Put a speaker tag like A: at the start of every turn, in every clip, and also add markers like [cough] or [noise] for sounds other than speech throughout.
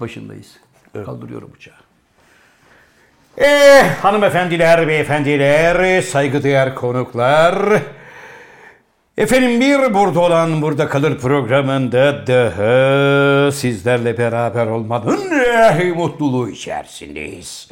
A: başındayız. Kaldırıyorum uçağı.
B: Eh, hanımefendiler, beyefendiler, saygıdeğer konuklar. Efendim bir burada olan burada kalır programında daha sizlerle beraber olmanın eh, mutluluğu içerisindeyiz.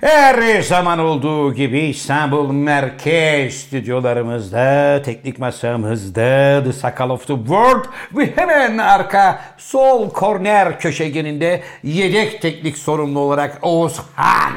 B: Her zaman olduğu gibi İstanbul Merkez stüdyolarımızda, teknik masamızda The Sakal of the World ve hemen arka sol korner köşegeninde yedek teknik sorumlu olarak Oğuzhan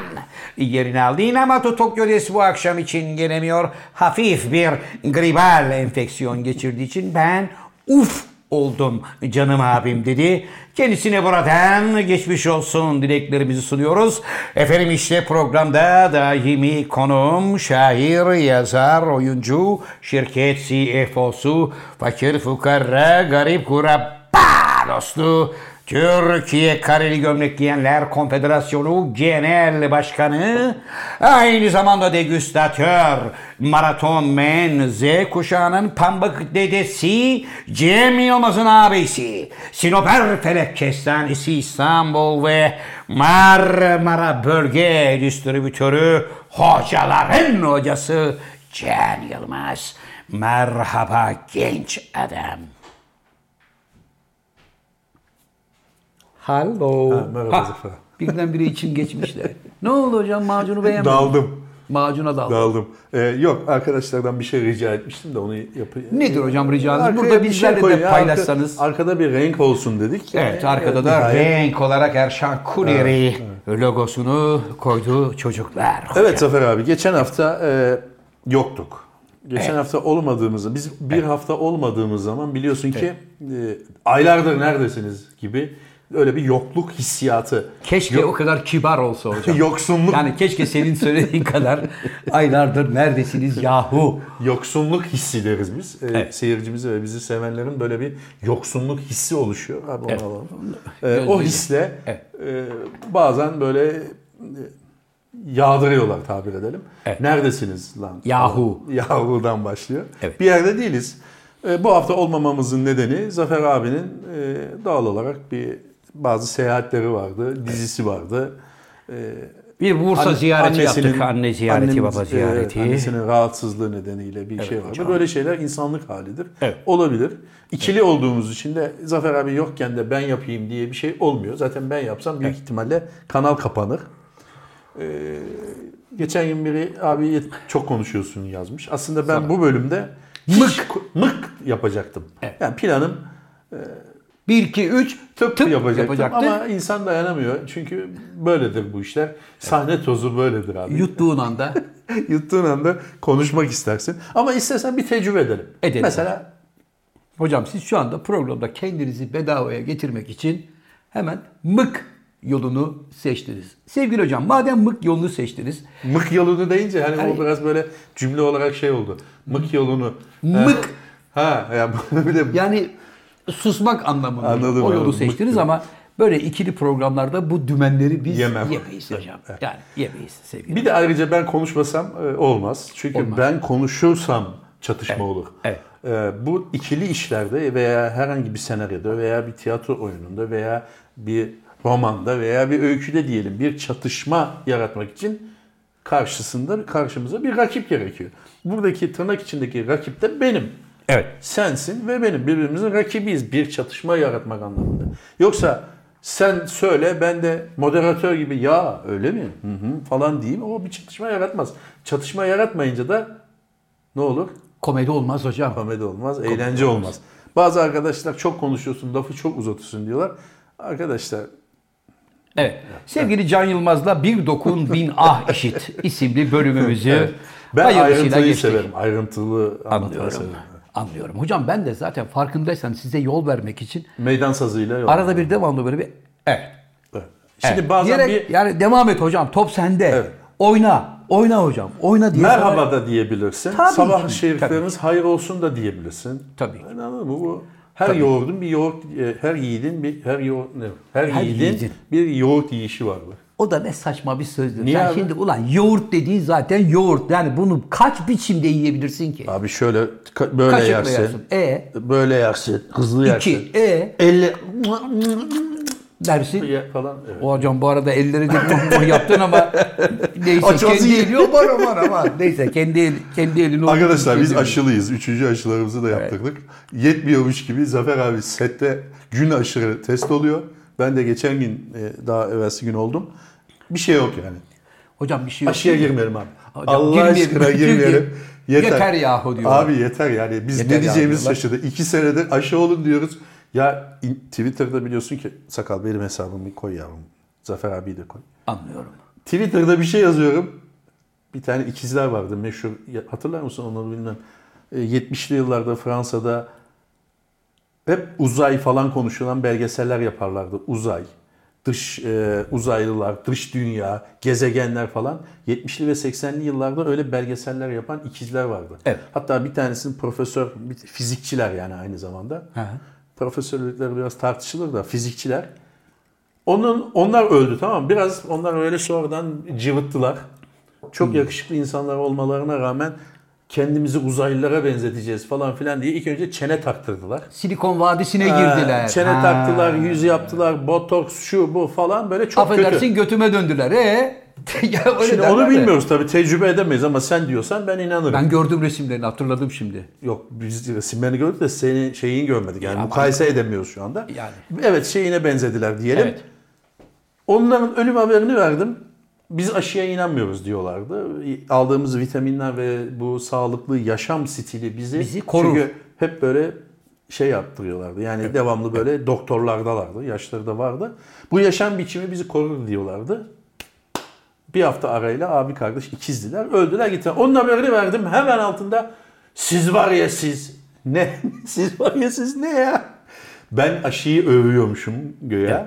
B: yerini aldı. Inamatu Tokyo'des bu akşam için gelemiyor. Hafif bir gribal enfeksiyon geçirdiği için ben uf oldum canım abim dedi. Kendisine buradan geçmiş olsun dileklerimizi sunuyoruz. Efendim işte programda daimi konuğum, şair, yazar, oyuncu, şirket CFO'su, fakir fukara, garip kurabba dostu Türkiye Kareli Gömlek Giyenler Konfederasyonu Genel Başkanı aynı zamanda degüstatör Maraton Men Z kuşağının pambık dedesi Cem Yılmaz'ın abisi Sinoper Felek Kestanesi İstanbul ve Marmara Bölge Distribütörü Hocaların Hocası Cem Yılmaz Merhaba genç adam.
A: Hello.
C: merhaba
A: Ha,
C: Zafer.
A: Birdenbire içim geçmişler. ne oldu hocam macunu beğenmedin?
C: Daldım.
A: Macuna daldım.
C: Daldım. Ee, yok arkadaşlardan bir şey rica etmiştim de onu yapayım.
A: Nedir hocam ricanız?
C: Arkaya
A: Burada
C: bir şey
A: bizlerle
C: koyun
A: de
C: ya.
A: paylaşsanız.
C: Arka- arkada bir renk olsun dedik.
B: Evet arkada da renk olarak Erşan Kuneri logosunu koydu çocuklar.
C: Evet Zafer abi geçen hafta e, yoktuk. Geçen hafta olmadığımızı, biz bir hafta olmadığımız zaman biliyorsun ki e, aylardır neredesiniz gibi öyle bir yokluk hissiyatı,
A: Keşke o kadar kibar olsa
C: [laughs]
A: hocam.
C: yoksunluk,
A: Yani keşke senin söylediğin kadar aylardır neredesiniz yahu.
C: yoksunluk hissi deriz biz. E, Seyircimize ve bizi sevenlerin böyle bir yoksunluk hissi oluşuyor. Abi onu alalım. E, o hisle e, bazen böyle e, yağdırıyorlar tabir edelim. Neredesiniz lan?
B: Yahu.
C: Yahu'dan başlıyor. Bir yerde değiliz. E, bu hafta olmamamızın nedeni Zafer abinin e, doğal olarak bir bazı seyahatleri vardı, dizisi vardı.
B: Bir Bursa
C: Anne-
B: ziyareti
C: annesinin-
B: yaptık. Anne ziyareti,
C: annenin-
B: baba
C: evet,
B: ziyareti.
C: annesinin rahatsızlığı nedeniyle bir şey var. Böyle şeyler insanlık halidir.
B: Evet.
C: Olabilir. İkili olduğumuz için de Zafer abi yokken de ben yapayım diye bir şey olmuyor. Zaten ben yapsam büyük ihtimalle kanal kapanır. Ee, geçen gün biri abi yet- çok konuşuyorsun yazmış. Aslında ben bu bölümde hiç ko- mık yapacaktım. Yani planım
B: 1, 2, 3
C: tıp,
B: Tıp
C: yapacaktım
B: yapacaktı.
C: ama insan dayanamıyor. Çünkü böyledir bu işler. Sahne tozu böyledir abi.
A: Yuttuğun anda
C: [laughs] Yuttuğun anda konuşmak istersin. Ama istersen bir tecrübe edelim.
A: Edelim.
C: Mesela
A: Hocam siz şu anda programda kendinizi bedavaya getirmek için hemen mık yolunu seçtiniz. Sevgili hocam madem mık yolunu seçtiniz.
C: mık yolunu deyince hani o biraz böyle cümle olarak şey oldu. Mık yolunu.
A: Mık.
C: Ha, ha ya [laughs] bir de
A: Yani susmak anlamında
C: Anladım,
A: o yolu
C: anladım.
A: seçtiniz
C: Mık
A: ama böyle ikili programlarda bu dümenleri biz
C: Yemem.
A: yemeyiz hocam. Yani yemeyiz sevgili.
C: bir de ayrıca ben konuşmasam e, olmaz. Çünkü ben konuşursam çatışma olur.
A: evet.
C: E, bu ikili işlerde veya herhangi bir senaryoda veya bir tiyatro oyununda veya bir romanda veya bir öyküde diyelim bir çatışma yaratmak için karşısında karşımıza bir rakip gerekiyor. Buradaki tırnak içindeki rakip de benim.
B: Evet.
C: sensin ve benim birbirimizin rakibiyiz bir çatışma yaratmak anlamında. Yoksa sen söyle ben de moderatör gibi ya öyle mi hı hı, falan diyeyim o bir çatışma yaratmaz. Çatışma yaratmayınca da ne olur?
A: Komedi olmaz hocam.
C: Komedi olmaz, eğlence olmaz. Bazı arkadaşlar çok konuşuyorsun, lafı çok uzatıyorsun diyorlar. Arkadaşlar
A: Evet. Sevgili Can Yılmaz'la Bir Dokun
C: [laughs]
A: Bin Ah İşit isimli bölümümüzü
C: ben
A: hayırlısıyla
C: ayrıntıyı
A: geçtik.
C: severim. Ayrıntılı anlatmayı
A: Anlıyorum.
C: severim.
A: Anlıyorum. Hocam ben de zaten farkındaysanız size yol vermek için
C: Meydan sazıyla yok.
A: arada bir devamlı böyle bir evet.
C: Evet. Şimdi bazen
A: Diyerek,
C: bir
A: yani devam et hocam top sende.
C: Evet.
A: Oyna. Oyna hocam. Oyna diye.
C: merhaba da diyebilirsin.
A: Tabii
C: Sabah
A: ki,
C: şerifleriniz hayır olsun da diyebilirsin.
A: Tabii.
C: Yani anladın mı? Bu her yoğurdun bir yoğurt e, her yiğidin bir her yoğurt ne? Her,
A: Her
C: yiğidin,
A: yiğidin.
C: bir yoğurt yiyişi var bu.
A: O da ne saçma bir sözdür.
C: Niye
A: Sen
C: abi?
A: şimdi ulan yoğurt dediğin zaten yoğurt. Yani bunu kaç biçimde yiyebilirsin ki?
C: Abi şöyle ka- böyle
A: Kaşıkla
C: yersin.
A: yersin. E
C: Böyle yersin. Hızlı yersin.
A: iki. E
C: Elle
A: dersin.
C: Ya falan. Evet.
A: O hocam bu arada elleri de ton ton yaptın
C: [laughs]
A: ama neyse
C: Açılsın
A: kendi
C: ya.
A: eli aman aman aman neyse kendi el, kendi elini
C: Arkadaşlar biz
A: Kendi-
C: aşılıyız. Üçüncü aşılarımızı da yaptırdık. Yetmiyormuş gibi Zafer abi sette gün aşırı test oluyor. Ben de geçen gün e, daha evvelsi gün oldum. Bir şey yok yani.
A: Hocam bir şey yok.
C: Aşıya girmeyelim abi.
A: Hocam
C: Allah
A: girmeyelim. [laughs]
C: aşkına girmeyelim.
A: Yeter yahu diyorlar.
C: Abi yeter yani. Biz
A: Yeter
C: ne diyeceğimiz
A: yahu
C: şaşırdı. İki senedir aşı olun diyoruz. Ya in- Twitter'da biliyorsun ki sakal benim hesabımı bir koy yavrum. Zafer abiyi de koy.
A: Anlıyorum.
C: Twitter'da bir şey yazıyorum. Bir tane ikizler vardı meşhur. Ya- Hatırlar mısın onları bilmem. E, 70'li yıllarda Fransa'da hep uzay falan konuşulan belgeseller yaparlardı. Uzay, dış e, uzaylılar, dış dünya, gezegenler falan. 70'li ve 80'li yıllarda öyle belgeseller yapan ikizler vardı.
A: Evet.
C: Hatta bir tanesinin profesör, bir- fizikçiler yani aynı zamanda. Profesörlükleri biraz tartışılır da fizikçiler. Onun onlar öldü tamam mı? Biraz onlar öyle sonradan cıvıttılar. Çok yakışıklı insanlar olmalarına rağmen kendimizi uzaylılara benzeteceğiz falan filan diye ilk önce çene taktırdılar.
A: Silikon Vadisi'ne
C: Ha,
A: girdiler.
C: Çene
A: Ha.
C: taktılar, yüz yaptılar, botoks şu bu falan böyle çok
A: Affedersin
C: kötü.
A: götüme döndüler. E [laughs] ya öyle
C: Şimdi
A: derler
C: onu
A: de.
C: bilmiyoruz tabii tecrübe edemeyiz ama sen diyorsan ben inanırım.
A: Ben gördüm resimlerini hatırladım şimdi.
C: Yok biz resimlerini gördük de senin şeyini görmedik yani mukayese edemiyoruz şu anda.
A: Yani.
C: Evet şeyine benzediler diyelim.
A: Evet.
C: Onların ölüm haberini verdim. Biz aşıya inanmıyoruz diyorlardı. Aldığımız vitaminler ve bu sağlıklı yaşam stili bizi,
A: Bizi korur.
C: Çünkü hep böyle şey yaptırıyorlardı. Yani devamlı böyle doktorlardalardı. Yaşları da vardı. Bu yaşam biçimi bizi korur diyorlardı. Bir hafta arayla abi kardeş ikizdiler. Öldüler gittiler. Onun haberini verdim. Hemen altında siz var ya siz. Ne? [laughs] siz var ya siz ne ya? Ben aşıyı övüyormuşum göğe.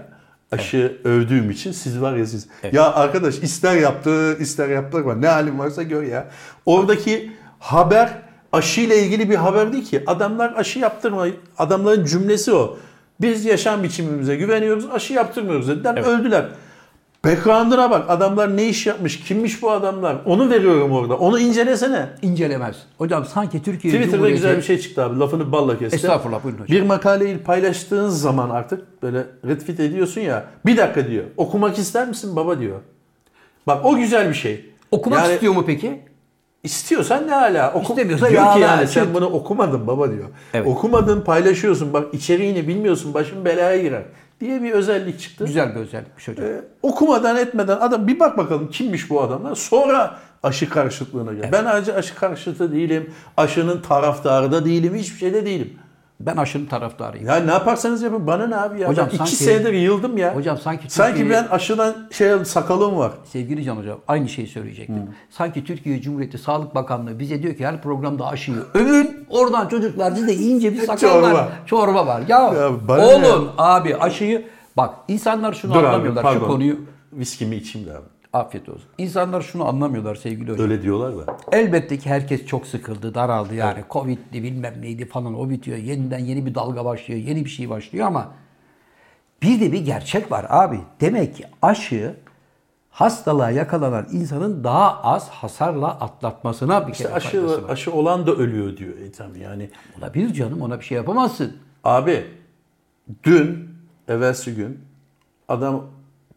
C: Aşı övdüğüm için siz var ya siz. Ya arkadaş ister yaptır ister yaptırma. Ne halin varsa gör ya. Oradaki haber aşıyla ilgili bir haber değil ki. Adamlar aşı yaptırmayı, adamların cümlesi o. Biz yaşam biçimimize güveniyoruz, aşı yaptırmıyoruz dediler, öldüler. Background'ına bak. Adamlar ne iş yapmış? Kimmiş bu adamlar? Onu veriyorum orada. Onu incelesene.
A: İncelemez. Hocam sanki Türkiye
C: Twitter'da
A: Cumhuriyeti-
C: güzel bir şey çıktı abi. Lafını balla kestim.
A: E, Estağfurullah, buyurun hocam.
C: Bir makaleyi paylaştığın zaman artık böyle retweet ediyorsun ya. Bir dakika diyor. Okumak ister misin baba diyor. Bak o güzel bir şey.
A: Okumak
C: Yani
A: istiyor mu peki?
C: İstiyorsan ne hala? Oku,
A: İstemiyorsa
C: diyor ki
A: ya
C: yani
A: hala.
C: sen bunu okumadın baba diyor.
A: Evet.
C: Okumadın paylaşıyorsun bak içeriğini bilmiyorsun başın belaya girer diye bir özellik çıktı.
A: Güzel bir özellikmiş hocam.
C: E, okumadan etmeden adam bir bak bakalım kimmiş bu adamlar. Sonra aşı karşıtlığına gel. Ben ayrıca aşı karşıtı değilim. Aşının taraftarı da değilim. Hiçbir şeyde değilim.
A: Ben aşının taraftarıyım.
C: Ya ne yaparsanız yapın bana ne abi ya.
A: Hocam
C: ben iki
A: sanki-
C: senedir yıldım ya.
A: Hocam sanki
C: sanki
A: Türkiye-
C: ben aşıdan şey sakalım var.
A: Sevgili Can Hocam aynı şeyi söyleyecektim. Sanki Türkiye Cumhuriyeti Sağlık Bakanlığı bize diyor ki her programda aşıyı övün. Oradan çocuklar size ince
C: [laughs]
A: bir sakal var.
C: Çorba.
A: Çorba var. Ya,
C: Ya bana
A: oğlum abi aşıyı bak insanlar şunu anlamıyorlar şu konuyu.
C: Viskimi içeyim de abi.
A: Afiyet olsun. İnsanlar şunu anlamıyorlar sevgili hocam.
C: Öyle diyorlar da.
A: Elbette ki herkes çok sıkıldı, daraldı yani. Covid'li bilmem neydi falan o bitiyor. Yeniden yeni bir dalga başlıyor, yeni bir şey başlıyor ama bir de bir gerçek var abi. Demek ki aşı hastalığa yakalanan insanın daha az hasarla atlatmasına bir kere faydası
C: Aşı,
A: var.
C: aşı olan da ölüyor diyor Ethem yani.
A: Olabilir canım ona bir şey yapamazsın.
C: Abi dün evvelsi gün adam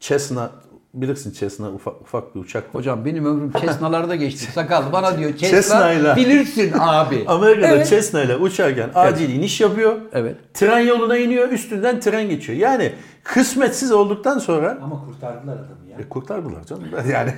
C: Cessna bilirsin Cessna ufak, ufak bir uçak.
A: Hocam benim ömrüm Cessna'larda geçti. Sakal bana diyor Cessna
C: [laughs] Cessna'yla.
A: bilirsin abi.
C: Amerika'da
A: Evet.
C: Cessna ile uçarken acil iniş yapıyor.
A: Evet.
C: Tren yoluna iniyor üstünden tren geçiyor. Yani kısmetsiz olduktan sonra
D: Ama kurtardılar adamı ya.
C: E, kurtardılar canım. [laughs] Yani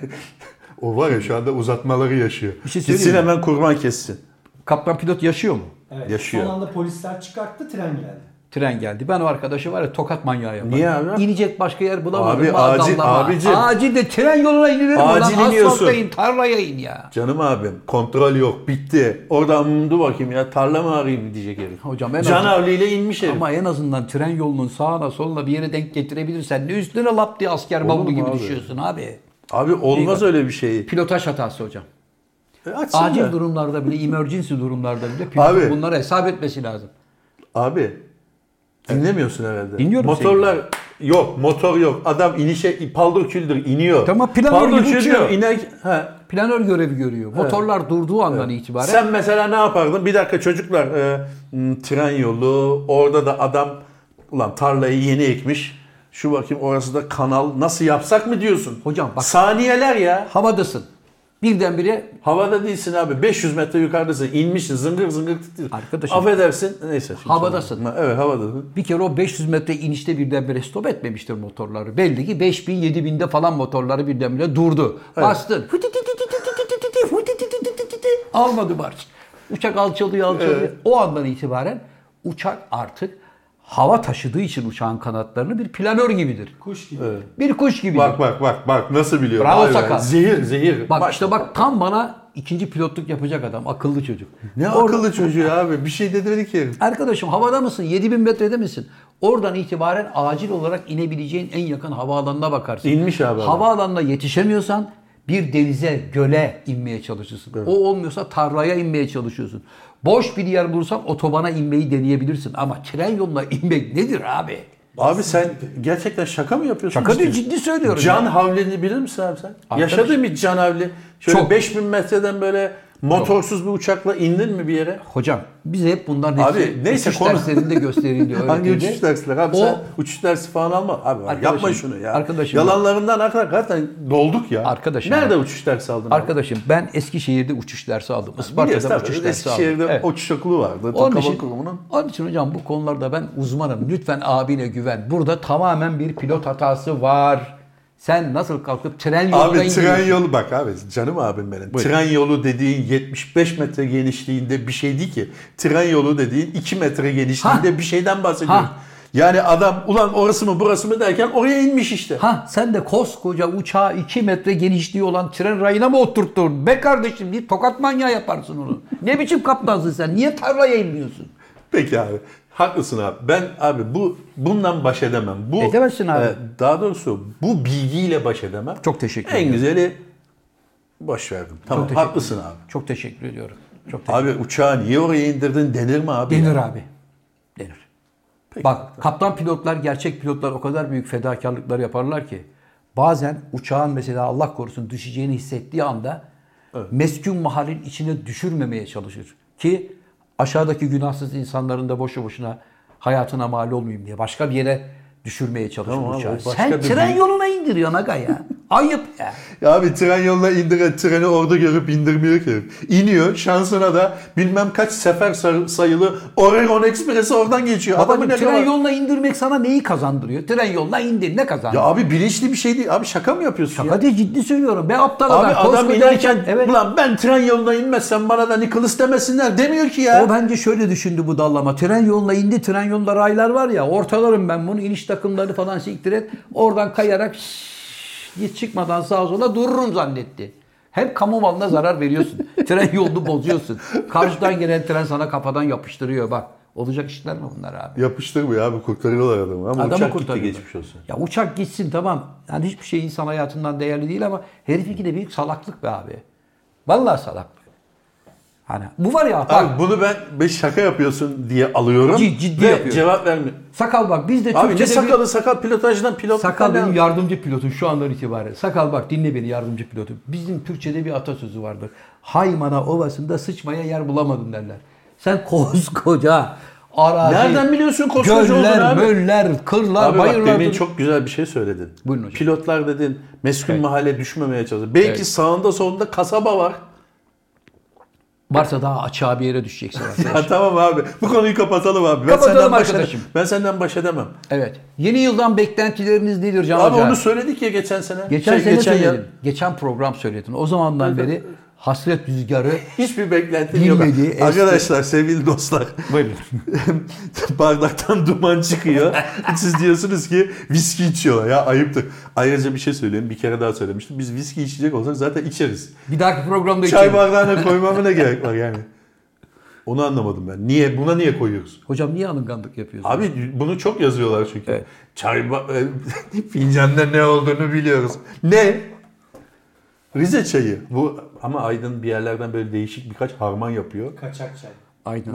C: o var ya şu anda uzatmaları yaşıyor.
A: şey söyleyeyim
C: Gitsin
A: mi?
C: hemen kurban kessin.
A: Kaptan pilot yaşıyor mu?
D: Evet,
C: Yaşıyor.
D: Son anda polisler çıkarttı tren geldi.
A: Tren geldi. Ben o arkadaşı var ya tokat manyağı yaparım.
C: Niye abi?
A: İnecek başka yer bulamadım.
C: Abi
A: Bu
C: acil-
A: adamlama.
C: abicim.
A: Acil de tren yoluna inilir mi lan?
C: Acil iniyorsun.
A: Asfalta in, tarlaya in ya.
C: Canım abim kontrol yok bitti. Oradan "Hmm, dur bakayım ya tarla mı arayayım diyecek herif.
A: Hocam en
C: Can
A: azından-
C: avliyle inmiş herif.
A: Ama en azından tren yolunun sağına soluna bir yere denk getirebilirsen ne üstüne lap diye asker
C: mu
A: bavulu gibi
C: abi?
A: düşüyorsun abi.
C: Abi olmaz öyle bir şey.
A: Pilotaj hatası hocam.
C: E, açsın
A: Acil
C: da.
A: durumlarda bile, emergency durumlarda bile pilotun
C: Abi.
A: bunları hesap etmesi lazım.
C: Abi dinlemiyorsun herhalde.
A: Dinliyorum
C: Motorlar yok, motor yok. Adam inişe paldır küldür iniyor.
A: Tamam, planör gibi
C: küldür
A: uçuyor.
C: iner. Ha.
A: Planör görevi görüyor. Motorlar durduğu andan itibaren
C: Sen mesela ne yapardın? Bir dakika çocuklar, e, m, tren yolu, orada da adam ulan tarlayı yeni ekmiş. Şu bakayım orası da kanal. Nasıl yapsak mı diyorsun?
A: Hocam bak-
C: Saniyeler ya.
A: Havadasın. Birdenbire
C: Havada değilsin abi. 500 metre yukarıdasın. İnmişsin. Zıngır zıngır titriyorsun.
A: Arkadaşım.
C: Affedersin. Neyse. şimdi
A: Havadasın.
C: sonra- Evet havadasın.
A: bir kere o 500 metre inişte birdenbire stop etmemiştir motorları. Belli ki 5000 7000'de falan motorları birdenbire durdu. Bastın. Almadı marş. Uçak alçalıyor alçalıyor. O andan itibaren uçak artık hava taşıdığı için uçağın kanatlarını bir planör gibidir.
D: Kuş gibi.
A: Bir kuş gibidir.
C: Bak bak bak bak nasıl biliyor.
A: Bravo
C: Vay be.
A: Sakal.
C: Zehir zehir.
A: Bak işte bak tam bana ikinci pilotluk yapacak adam. Akıllı çocuk.
C: Ne akıllı çocuğu abi. Bir şey dedi ki.
A: Arkadaşım havada mısın? 7000 metrede misin? Oradan itibaren acil olarak inebileceğin en yakın havaalanına bakarsın.
C: İnmiş abi adam.
A: Havaalanına yetişemiyorsan bir denize, göle inmeye çalışırsın. O olmuyorsa tarlaya inmeye çalışıyorsun. Boş bir yer bulursan otobana inmeyi deneyebilirsin. Ama tren yoluna inmek nedir abi?
C: Abi sen gerçekten şaka mı yapıyorsun?
A: Şaka değil,
C: Ciddi-
A: ciddi söylüyorum.
C: Can
A: ya.
C: havlini bilir misin abi sen?
A: Arkadaş-
C: Yaşadın mı hiç can havli? Şöyle
A: Çok.
C: 5000 metreden böyle motorsuz bir uçakla indin mi bir yere?
A: Hocam bize hep bunların hepsi
C: Abi, neyse
A: uçuş
C: konu-
A: derslerinde gösterildi.
C: [laughs] Hangi
A: öğretildi.
C: uçuş dersleri abi
A: O-
C: sen uçuş dersi falan alma. Abi bak, yapma
A: Arkadaşım,
C: şunu ya.
A: arkadaşım.
C: Yalanlarından hakikaten dolduk ya.
A: Arkadaşım.
C: Nerede uçuş dersi aldın? abi?
A: Arkadaşım ben Eskişehir'de uçuş dersi aldım.
C: Biliyorsun
A: Isparta'da
C: tabii,
A: uçuş dersi aldım.
C: Eskişehir'de
A: Evet.
C: uçuş okulu vardı.
A: Onun
C: Onun
A: için,
C: kurumunun.
A: onun için hocam bu konularda ben uzmanım. Lütfen abine güven. Burada tamamen bir pilot hatası var. Sen nasıl kalkıp tren yoluna
C: Abi tren
A: indiriyorsun?
C: yolu bak abi canım abim benim. Tren yolu dediğin 75 metre genişliğinde bir şeydi ki. Tren yolu dediğin 2 metre genişliğinde bir şeyden bahsediyoruz.
A: Ha.
C: Yani adam ulan orası mı burası mı derken oraya inmiş işte.
A: Ha sen de koskoca uçağı 2 metre genişliği olan tren rayına mı oturttun? Be kardeşim bir tokat manyağı yaparsın onu. ne biçim kaptansın sen? Niye tarlaya inmiyorsun?
C: Peki abi. Haklısın abi. Ben abi bu bundan baş edemem. Bu e,
A: Edemezsin abi.
C: daha doğrusu bu bilgiyle baş edemem.
A: Çok teşekkür
C: En
A: ederim.
C: güzeli boş verdim. Tamam
A: teşekkür
C: haklısın abi.
A: Çok teşekkür ediyorum. Çok teşekkür
C: Abi uçağı niye oraya indirdin denir mi abi?
A: Denir abi. Denir. Bak kaptan pilotlar, gerçek pilotlar o kadar büyük fedakarlıklar yaparlar ki bazen uçağın mesela Allah korusun düşeceğini hissettiği anda meskun mahalin içine düşürmemeye çalışır. Ki aşağıdaki günahsız insanların da boşu boşuna hayatına mal olmayayım diye başka bir yere düşürmeye çalışır
C: Tamam abi,
A: uçağı.
C: o başka
A: Sen
C: bir
A: tren
C: büyük-
A: yoluna indiriyorsun aga ya. Ayıp ya.
C: Ya Abi tren yoluna indiren treni orada görüp indirmiyor ki. İniyor şansına da bilmem kaç sefer sar- sayılı Oregon Express'i oradan geçiyor.
A: Babacım
C: Adamın ne
A: tren
C: kadar-
A: yoluna indirmek sana neyi kazandırıyor? Tren yoluna indin ne
C: Ya
A: kazandırıyor?
C: abi bilinçli bir şey değil. Abi şaka mı yapıyorsun ya?
A: Hadi ciddi söylüyorum. Be aptal
C: Abi
A: adam.
C: adam
A: Koskoca
C: inerken
A: uçak- Evet.
C: ulan ben tren yoluna inmezsem bana da Nicholas demesinler demiyor ki ya.
A: O bence şöyle düşündü bu dallama. Tren yoluna indi. Tren yolunda raylar var ya. Ortalarım ben bunu. iniş takımları falan siktir et. Oradan kayarak şşş, hiç çıkmadan sağa sola dururum zannetti. Hem kamu malına zarar veriyorsun. [laughs] tren yolunu bozuyorsun. Karşıdan gelen tren sana kafadan yapıştırıyor bak. Olacak işler mi bunlar abi?
C: Yapıştırmıyor abi kurtarıyorlar adamı ama
A: Adamı
C: uçak gitti
A: kurtarıyorlar.
C: geçmiş olsun.
A: Ya uçak gitsin tamam. Yani hiçbir şey insan hayatından değerli değil ama herifinki de büyük salaklık be abi. Vallahi salaklık. Hani bu var ya hata.
C: Abi bunu ben, ben şaka yapıyorsun diye alıyorum
A: Cid- ciddi
C: ve
A: yapıyorum.
C: cevap vermiyor.
A: Sakal bak biz de
C: Abi ne
A: Türkçe'de bir-
C: sakalı sakal pilotajdan pilot.
A: Sakal benim yardımcı pilotum şu andan itibaren. Sakal bak dinle beni yardımcı pilotum. Bizim Türkçe'de bir atasözü vardır. Haymana ovasında sıçmaya yer bulamadın derler. Sen koskoca arazi,
C: Nereden biliyorsun koskoca
A: göller,
C: olduğunu abi?
A: möller, kırlar,
C: Abi bak
A: bayırlar.
C: demin çok güzel bir şey söyledin.
A: Buyurun hocam.
C: Pilotlar dedin meskun mahalle düşmemeye çalışıyor. Belki
A: Evet.
C: sağında solunda kasaba var. [laughs]
A: Varsa daha açığa bir yere düşeceksin.
C: [laughs]
A: arkadaş.
C: Ya tamam abi bu konuyu kapatalım abi. Ben
A: Kapatalım
C: senden baş
A: arkadaşım.
C: edemem. Ben senden baş edemem.
A: evet. Yeni yıldan beklentileriniz nedir Can
C: Abi
A: Hoca?
C: onu söyledik ya geçen sene.
A: geçen
C: Şey,
A: sene geçen
C: yıl.
A: Geçen program söyledin. O zamandan beri hasret rüzgarı
C: Hiçbir beklentim yok.
A: Bilmediği eski-
C: Arkadaşlar sevgili dostlar. [laughs] Bardaktan
A: [laughs]
C: duman çıkıyor. Siz diyorsunuz ki viski içiyorlar. Ya ayıptır. Ayrıca bir şey söyleyeyim. Bir kere daha söylemiştim. Biz viski içecek olsak zaten içeriz.
A: bir dahaki programda
C: Çay
A: içelim.
C: bardağına koymama ne gerek var yani? Onu anlamadım ben. Niye? Buna niye koyuyoruz?
A: Hocam niye alınganlık yapıyorsun?
C: Abi bunu çok yazıyorlar çünkü.
A: Evet.
C: Çay ba- e, [laughs] fincanda ne olduğunu biliyoruz. Ne? Rize çayı. Bu ama Aydın bir yerlerden böyle değişik birkaç harman yapıyor. [laughs]
D: Kaçak çay.
A: Aynen.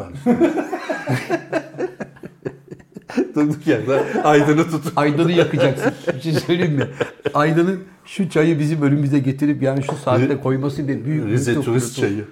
C: Durduk yerde Aydın'ı tutun.
A: Aydın'ı yakacaksın. Bir şey söyleyeyim mi? Aydın'ın şu çayı bizim önümüze getirip yani şu saatte koyması bir büyük
C: Rize
A: lütuf,
C: turist
A: lütuf.
C: çayı.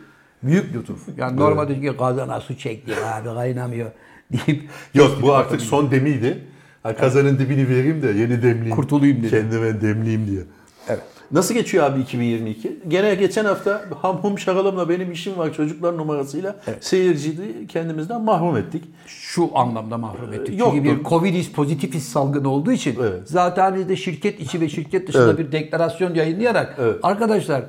A: Büyük lütuf. Yani normalde çünkü kazana su çekti abi kaynamıyor deyip
C: Yok bu artık son demiydi. Ha, kazanın dibini vereyim de yeni demleyeyim.
A: Kurtulayım dedi.
C: Kendime demleyeyim diye.
A: Evet.
C: Nasıl geçiyor abi 2022? Gene geçen hafta ham hum şakalımla benim işim var çocuklar numarasıyla seyirciyi kendimizden mahrum ettik.
A: Şu anlamda mahrum ettik.
C: Yoktur.
A: Çünkü bir Covid'is pozitifiz salgını olduğu için
C: Ee, Evet.
A: zaten biz de şirket içi ve şirket dışında
C: Evet.
A: bir deklarasyon yayınlayarak
C: Evet.
A: arkadaşlar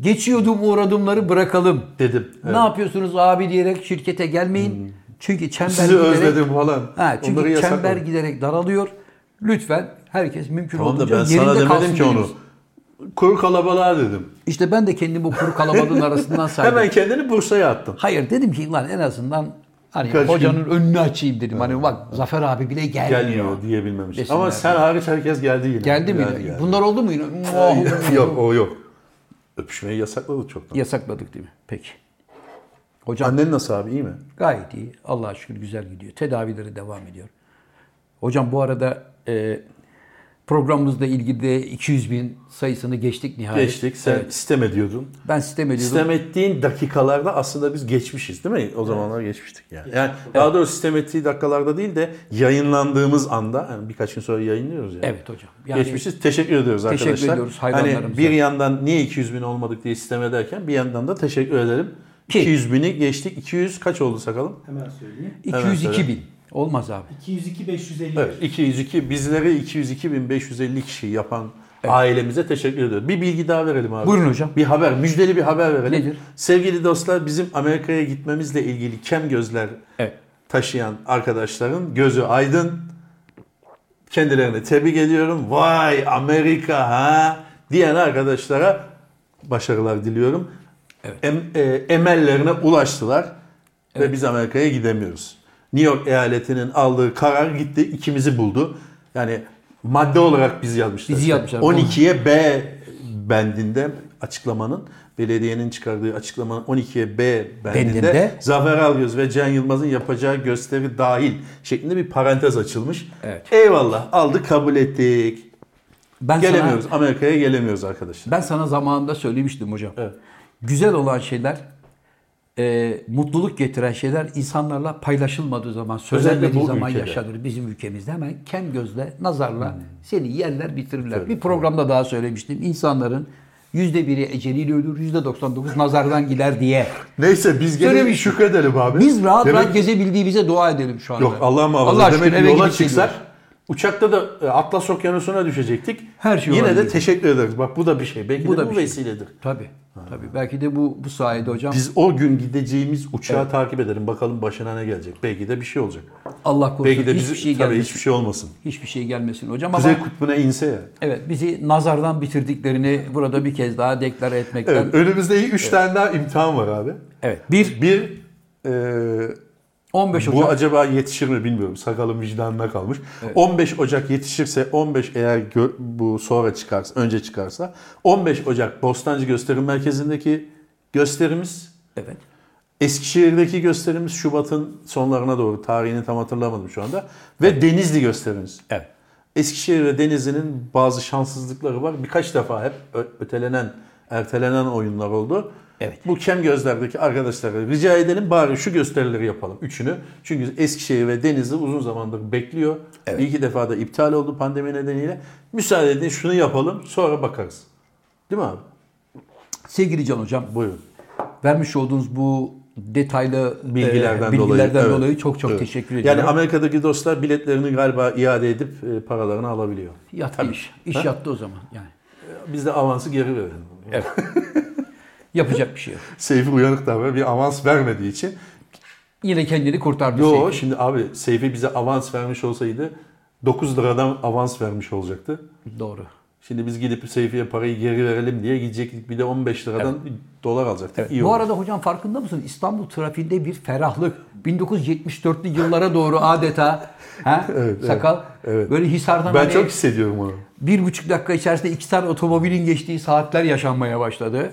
A: geçiyordum uğradımları bırakalım.
C: Dedim.
A: Ne yapıyorsunuz abi diyerek şirkete gelmeyin. Çünkü çember
C: Hmm. Sizi
A: giderek-
C: özledim falan.
A: Ha,
C: Onları
A: çünkü
C: yasak
A: çember
C: oldu.
A: giderek daralıyor. Lütfen herkes mümkün
C: Tamam da
A: olduğunca
C: ben
A: yerinde
C: sana demedim
A: kalsın
C: ki onu.
A: diyoruz.
C: Kuru kalabalığa dedim.
A: İşte ben de kendimi bu kuru
C: [laughs]
A: kalabalığın arasından saydım.
C: Hemen kendini Bursa'ya attın.
A: Hayır dedim ki lan en azından hani
C: Kaç
A: hocanın önünü açayım dedim. Hani bak Zafer abi bile gelmiyor.
C: Gelmiyor diyebilmemiş.
A: Desinler.
C: Ama sen hariç herkes geldi yine.
A: Geldi mi?
C: Yani geldi.
A: Bunlar oldu mu yine? Oh.
C: [laughs] yok o yok. Öpüşmeyi yasakladık çoktan.
A: Yasakladık değil mi? Peki.
C: Hocam. Annen nasıl abi iyi mi?
A: Gayet iyi. Allah'a şükür güzel gidiyor. Tedavileri devam ediyor. Hocam bu arada e, programımızla ilgili de 200 bin sayısını geçtik nihayet.
C: Geçtik. Sen sistem ediyordun.
A: Ben sistem ediyordum.
C: Sistem ettiğin dakikalarda aslında biz geçmişiz değil mi? O zamanlar geçmiştik yani. Yani daha doğrusu sistem ettiği dakikalarda değil de yayınlandığımız anda yani birkaç gün sonra yayınlıyoruz yani.
A: Evet hocam. Yani
C: Geçmişiz. Teşekkür ediyoruz arkadaşlar.
A: ediyoruz hayranlarımıza.
C: Hani bir yandan niye 200 bin olmadık diye sistem ederken bir yandan da teşekkür edelim.
A: Ki-
C: 200 bini geçtik. 200 kaç oldu sakalım?
D: Hemen söyleyeyim.
A: 202 bin. Olmaz abi.
D: 202 550.
C: Evet. 202 bizleri 202.550 kişi yapan ailemize teşekkür ediyoruz. Bir bilgi daha verelim abi.
A: Buyurun hocam.
C: Bir haber, müjdeli bir haber verelim.
A: Nedir?
C: Sevgili dostlar bizim Amerika'ya gitmemizle ilgili kem gözler
A: Evet.
C: taşıyan arkadaşların gözü aydın. Kendilerini tebrik ediyorum. Vay Amerika ha diyen arkadaşlara başarılar diliyorum. Em- e, emellerine ulaştılar ve biz Amerika'ya gidemiyoruz. New York eyaletinin aldığı karar gitti ikimizi buldu. Yani madde olarak bizi yazmışlar.
A: Bizi yazmışlar.
C: 12'ye B bendinde açıklamanın belediyenin çıkardığı açıklamanın 12'ye B bendinde,
A: Bendinde.
C: Zafer Algöz ve Can Yılmaz'ın yapacağı gösteri dahil şeklinde bir parantez açılmış.
A: Evet.
C: Eyvallah aldık kabul ettik.
A: Ben
C: Gelemiyoruz
A: Sana,
C: Amerika'ya gelemiyoruz arkadaşlar.
A: ben sana zamanında söylemiştim hocam.
C: Evet.
A: Güzel olan şeyler, e, mutluluk getiren şeyler insanlarla paylaşılmadığı zaman,
C: Özellikle
A: söylenmediği
C: bu
A: zaman
C: ülkede. Hmm.
A: yaşanır bizim ülkemizde. Hemen kem gözle, nazarla seni yerler bitirirler. bir programda daha söylemiştim. İnsanların %1'i eceliyle ölür, %99 nazardan gider diye.
C: Neyse biz
A: Şöyle
C: gene
A: bir- şey.
C: şükredelim abi.
A: Biz rahat
C: Demek-
A: rahat gezebildiğimize dua edelim şu anda.
C: Yok Allah'ım muhafaza.
A: Allah
C: Demek
A: aşkına
C: ki
A: eve
C: yola
A: gidip
C: çıksak
A: geliyoruz.
C: uçakta da e, Atlas Okyanusu'na düşecektik.
A: Her şey
C: Yine de
A: olabilir.
C: teşekkür ederiz. Bak bu da bir şey. Belki
A: Bu
C: de
A: da
C: bu
A: bir şey.
C: vesiledir.
A: Tabii. Tabii. Belki de bu bu sayede hocam
C: Biz o gün gideceğimiz uçağı takip edelim. Bakalım başına ne gelecek. Belki de bir şey olacak.
A: Allah korusun
C: Belki de
A: hiçbir
C: bizi
A: şey
C: tabii
A: gelmesin.
C: hiçbir şey olmasın.
A: Hiçbir şey gelmesin hocam ama
C: Kuzey Kutbu'na inse ya.
A: evet bizi nazardan bitirdiklerini burada bir kez daha deklar etmekten.
C: Evet, önümüzde 3 tane daha imtihan var abi.
A: Evet. Bir
C: Bir e,
A: 15
C: Bu
A: Ocak
C: acaba yetişir mi bilmiyorum. Sakalım vicdanına kalmış. 15 Ocak yetişirse 15 eğer gö- bu sonra çıkarsa önce çıkarsa 15 Ocak Bostancı Gösterim Merkezi'ndeki gösterimiz
A: evet.
C: Eskişehir'deki gösterimiz Şubat'ın sonlarına doğru tarihini tam hatırlamadım şu anda ve Denizli gösterimiz.
A: Evet.
C: Eskişehir ve Denizli'nin bazı şanssızlıkları var. Birkaç defa hep ö- ötelenen, ertelenen oyunlar oldu.
A: Evet.
C: Bu kem gözlerdeki arkadaşlara rica edelim bari şu gösterileri yapalım üçünü. Çünkü Eskişehir ve Denizli uzun zamandır bekliyor. Bir iki defa da iptal oldu pandemi nedeniyle. Müsaade edin şunu yapalım sonra bakarız. Değil mi abi?
A: Sevgili Can hocam
C: Buyurun.
A: vermiş olduğunuz bu detaylı e,
C: Bilgilerden,
A: bilgilerden
C: dolayı,
A: dolayı,
C: evet.
A: çok çok
C: Evet.
A: teşekkür ediyorum.
C: Yani Amerika'daki dostlar biletlerini galiba iade edip e, paralarını alabiliyor.
A: yattı iş. İş yattı o zaman yani.
C: Biz de avansı geri verelim.
A: Yapacak bir şey yok.
C: Seyfi Uyanık da böyle bir avans vermediği için.
A: Yine kendini kurtardı
C: Yo
A: Seyfi.
C: şimdi abi Seyfi bize avans vermiş olsaydı 9 liradan avans vermiş olacaktı.
A: Doğru.
C: Şimdi biz gidip Seyfi'ye parayı geri verelim diye gidecektik. Bir de 15 liradan dolar alacaktık. İyi
A: Bu
C: oldu.
A: arada hocam farkında mısın? İstanbul trafiğinde bir ferahlık. 1974'lü yıllara doğru adeta
C: [laughs]
A: ha, sakal
C: evet.
A: böyle Hisar'dan
C: ben
A: hani-
C: çok hissediyorum onu.
A: bir buçuk dakika içerisinde iki tane otomobilin geçtiği saatler yaşanmaya başladı.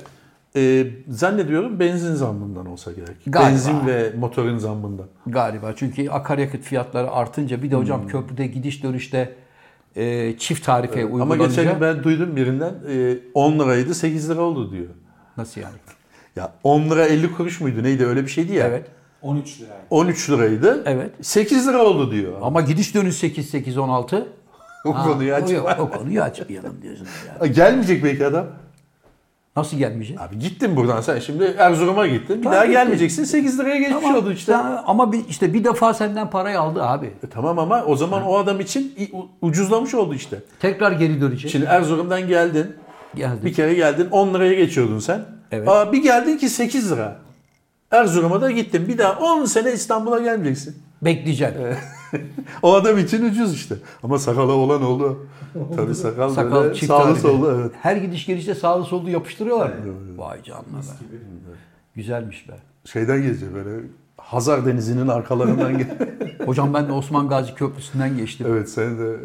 C: Ee, zannediyorum benzin zammından olsa gerek.
A: Galiba.
C: Benzin ve motorin zammından.
A: Galiba çünkü akaryakıt fiyatları artınca bir de hocam
C: Hmm.
A: köprüde gidiş dönüşte e, çift tarife
C: Ama
A: uygulanınca.
C: geçen gün ben duydum birinden e, 10 liraydı 8 lira oldu diyor.
A: Nasıl yani?
C: Ya 10 lira 50 kuruş muydu neydi öyle bir şeydi ya.
A: Evet.
D: 13 liraydı.
C: 13 liraydı.
A: Evet.
C: 8 lira oldu diyor.
A: Ama gidiş dönüş 8 8 16.
C: o konuyu aç.
A: yok, o konuyu açmayalım diyorsunuz ya.
C: Gelmeyecek belki adam.
A: Nasıl gelmeyecek?
C: Abi gittin buradan sen şimdi Erzurum'a gittin. Bir
A: Tabii
C: daha
A: ki.
C: gelmeyeceksin. 8 liraya geçmiş Şey oldu işte.
A: Ya ama bir, işte bir defa senden parayı aldı abi.
C: E Tamam ama o zaman o adam için i- u- ucuzlamış oldu işte.
A: Tekrar geri dönecek.
C: Şimdi Erzurum'dan geldin.
A: Geldi.
C: Bir kere geldin 10 liraya geçiyordun sen.
A: Evet.
C: Aa, bir geldin ki 8 lira. Erzurum'a da gittin. Bir daha 10 sene İstanbul'a gelmeyeceksin.
A: Bekleyecek.
C: O adam için ucuz işte. Ama sakala olan oldu. Tabii sakal,
A: Sakal
C: böyle
A: çift
C: sağlı
A: harbi.
C: sollu. Evet.
A: Her gidiş gelişte sağlı sollu yapıştırıyorlar. Vay canına be. Güzelmiş be.
C: Şeyden geziyor böyle. Hazar Denizi'nin arkalarından geliyor.
A: Hocam ben de Osman Gazi Köprüsü'nden geçtim.
C: [laughs] evet sen de.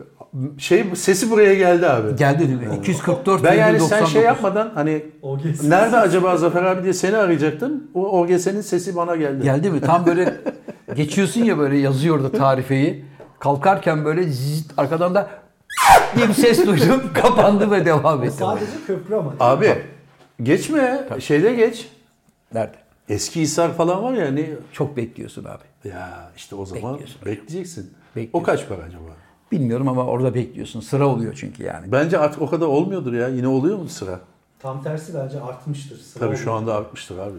C: Şey, sesi buraya geldi abi.
A: Geldi değil mi? 244
C: Ben yani
A: 99.
C: sen şey yapmadan hani
D: OGS.
C: nerede acaba Zafer abi diye seni arayacaktım. O OGS'nin sesi bana geldi.
A: Geldi mi? Tam böyle geçiyorsun ya böyle yazıyor da tarifeyi. Kalkarken böyle zizit arkadan da diye bir ses duydum. [laughs] Kapandı ve devam etti.
D: Sadece köprü ama.
C: Abi geçme şeyde geç.
A: Nerede?
C: Eski Hisar falan var ya hani
A: Çok bekliyorsun abi.
C: ya işte o zaman
A: Bekliyorsun.
C: bekleyeceksin.
A: Bekliyorsun.
C: O kaç para acaba?
A: Bilmiyorum ama orada bekliyorsun. Sıra oluyor çünkü yani.
C: Bence artık o kadar olmuyordur ya. Yine oluyor mu sıra?
D: Tam tersi bence artmıştır. Sıra
C: Tabii şu
D: oldu.
C: anda artmıştır abi.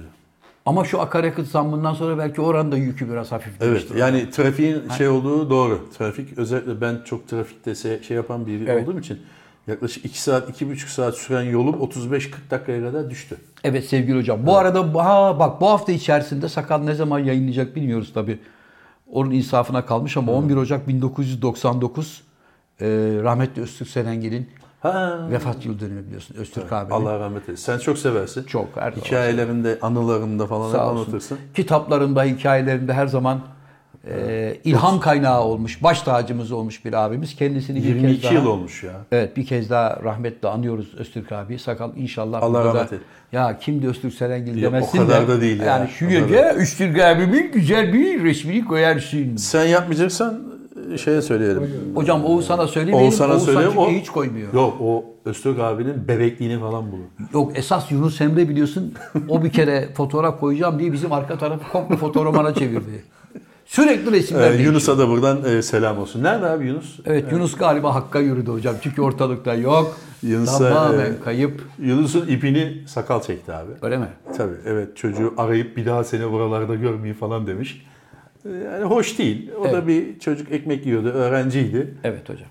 A: Ama şu akaryakıt zammından sonra belki oranın da yükü biraz
C: Evet
A: hafiflemiştir.
C: yani trafiğin şey olduğu doğru. Trafik özellikle ben çok trafikte se- şey yapan biri
A: Evet.
C: olduğum için yaklaşık 2 saat 2,5 saat süren yolum 35-40 dakikaya kadar düştü.
A: Evet sevgili hocam. Bu arada ha bak bu hafta içerisinde Sakal ne zaman yayınlayacak bilmiyoruz tabi. Onun insafına kalmış ama 11 Ocak 1999 e, rahmetli Öztürk Senengil'in
C: Ha.
A: vefat yıl dönümü biliyorsun Öztürk abinin.
C: Allah rahmet eylesin. Sen çok seversin.
A: Çok, her zaman
C: Hikayelerinde, anılarında falan hep
A: Sağ olsun.
C: anlatırsın.
A: Kitaplarında, hikayelerinde her zaman e, ilham kaynağı olmuş, baş tacımız olmuş bir abimiz. Kendisini bir kez
C: 22
A: daha
C: yıl olmuş ya.
A: Evet bir kez daha rahmetle anıyoruz Öztürk abi. Sakal inşallah.
C: Allah
A: burada da-
C: rahmet eylesin.
A: Ya kimdi Öztürk Serengil
C: Ya, o
A: demezsin
C: kadar
A: de,
C: da değil ya.
A: Yani şu
C: O kadar.
A: gece Öztürk abimin güzel bir resmini koyarsın.
C: Sen yapmayacaksan e, şeye söyleyelim.
A: Hocam Oğuz sana söyleyeyim.
C: Oğuz
A: Oğuz
C: sana söyleyeyim.
A: çünkü
C: O,
A: hiç koymuyor. Yok.
C: Yok o Öztürk abinin bebekliğini falan bulur.
A: esas Yunus Emre biliyorsun o bir kere [laughs] fotoğraf koyacağım diye bizim arka tarafı komple fotoğrafına çevirdi. Sürekli
C: Ee,
A: resimler değişiyor.
C: Yunus'a da buradan e, selam olsun. Nerede abi Yunus?
A: Evet, Yunus galiba Hakk'a yürüdü hocam. Çünkü ortalıkta yok.
C: Yunus'a,
A: Tamamen
C: e,
A: kayıp.
C: Yunus'un ipini sakal çekti abi.
A: Öyle mi?
C: Tabii evet çocuğu arayıp bir daha seni buralarda görmeyi falan demiş. E, Yani hoş değil. O da
A: Evet.
C: bir çocuk ekmek yiyordu, öğrenciydi.
A: Evet hocam.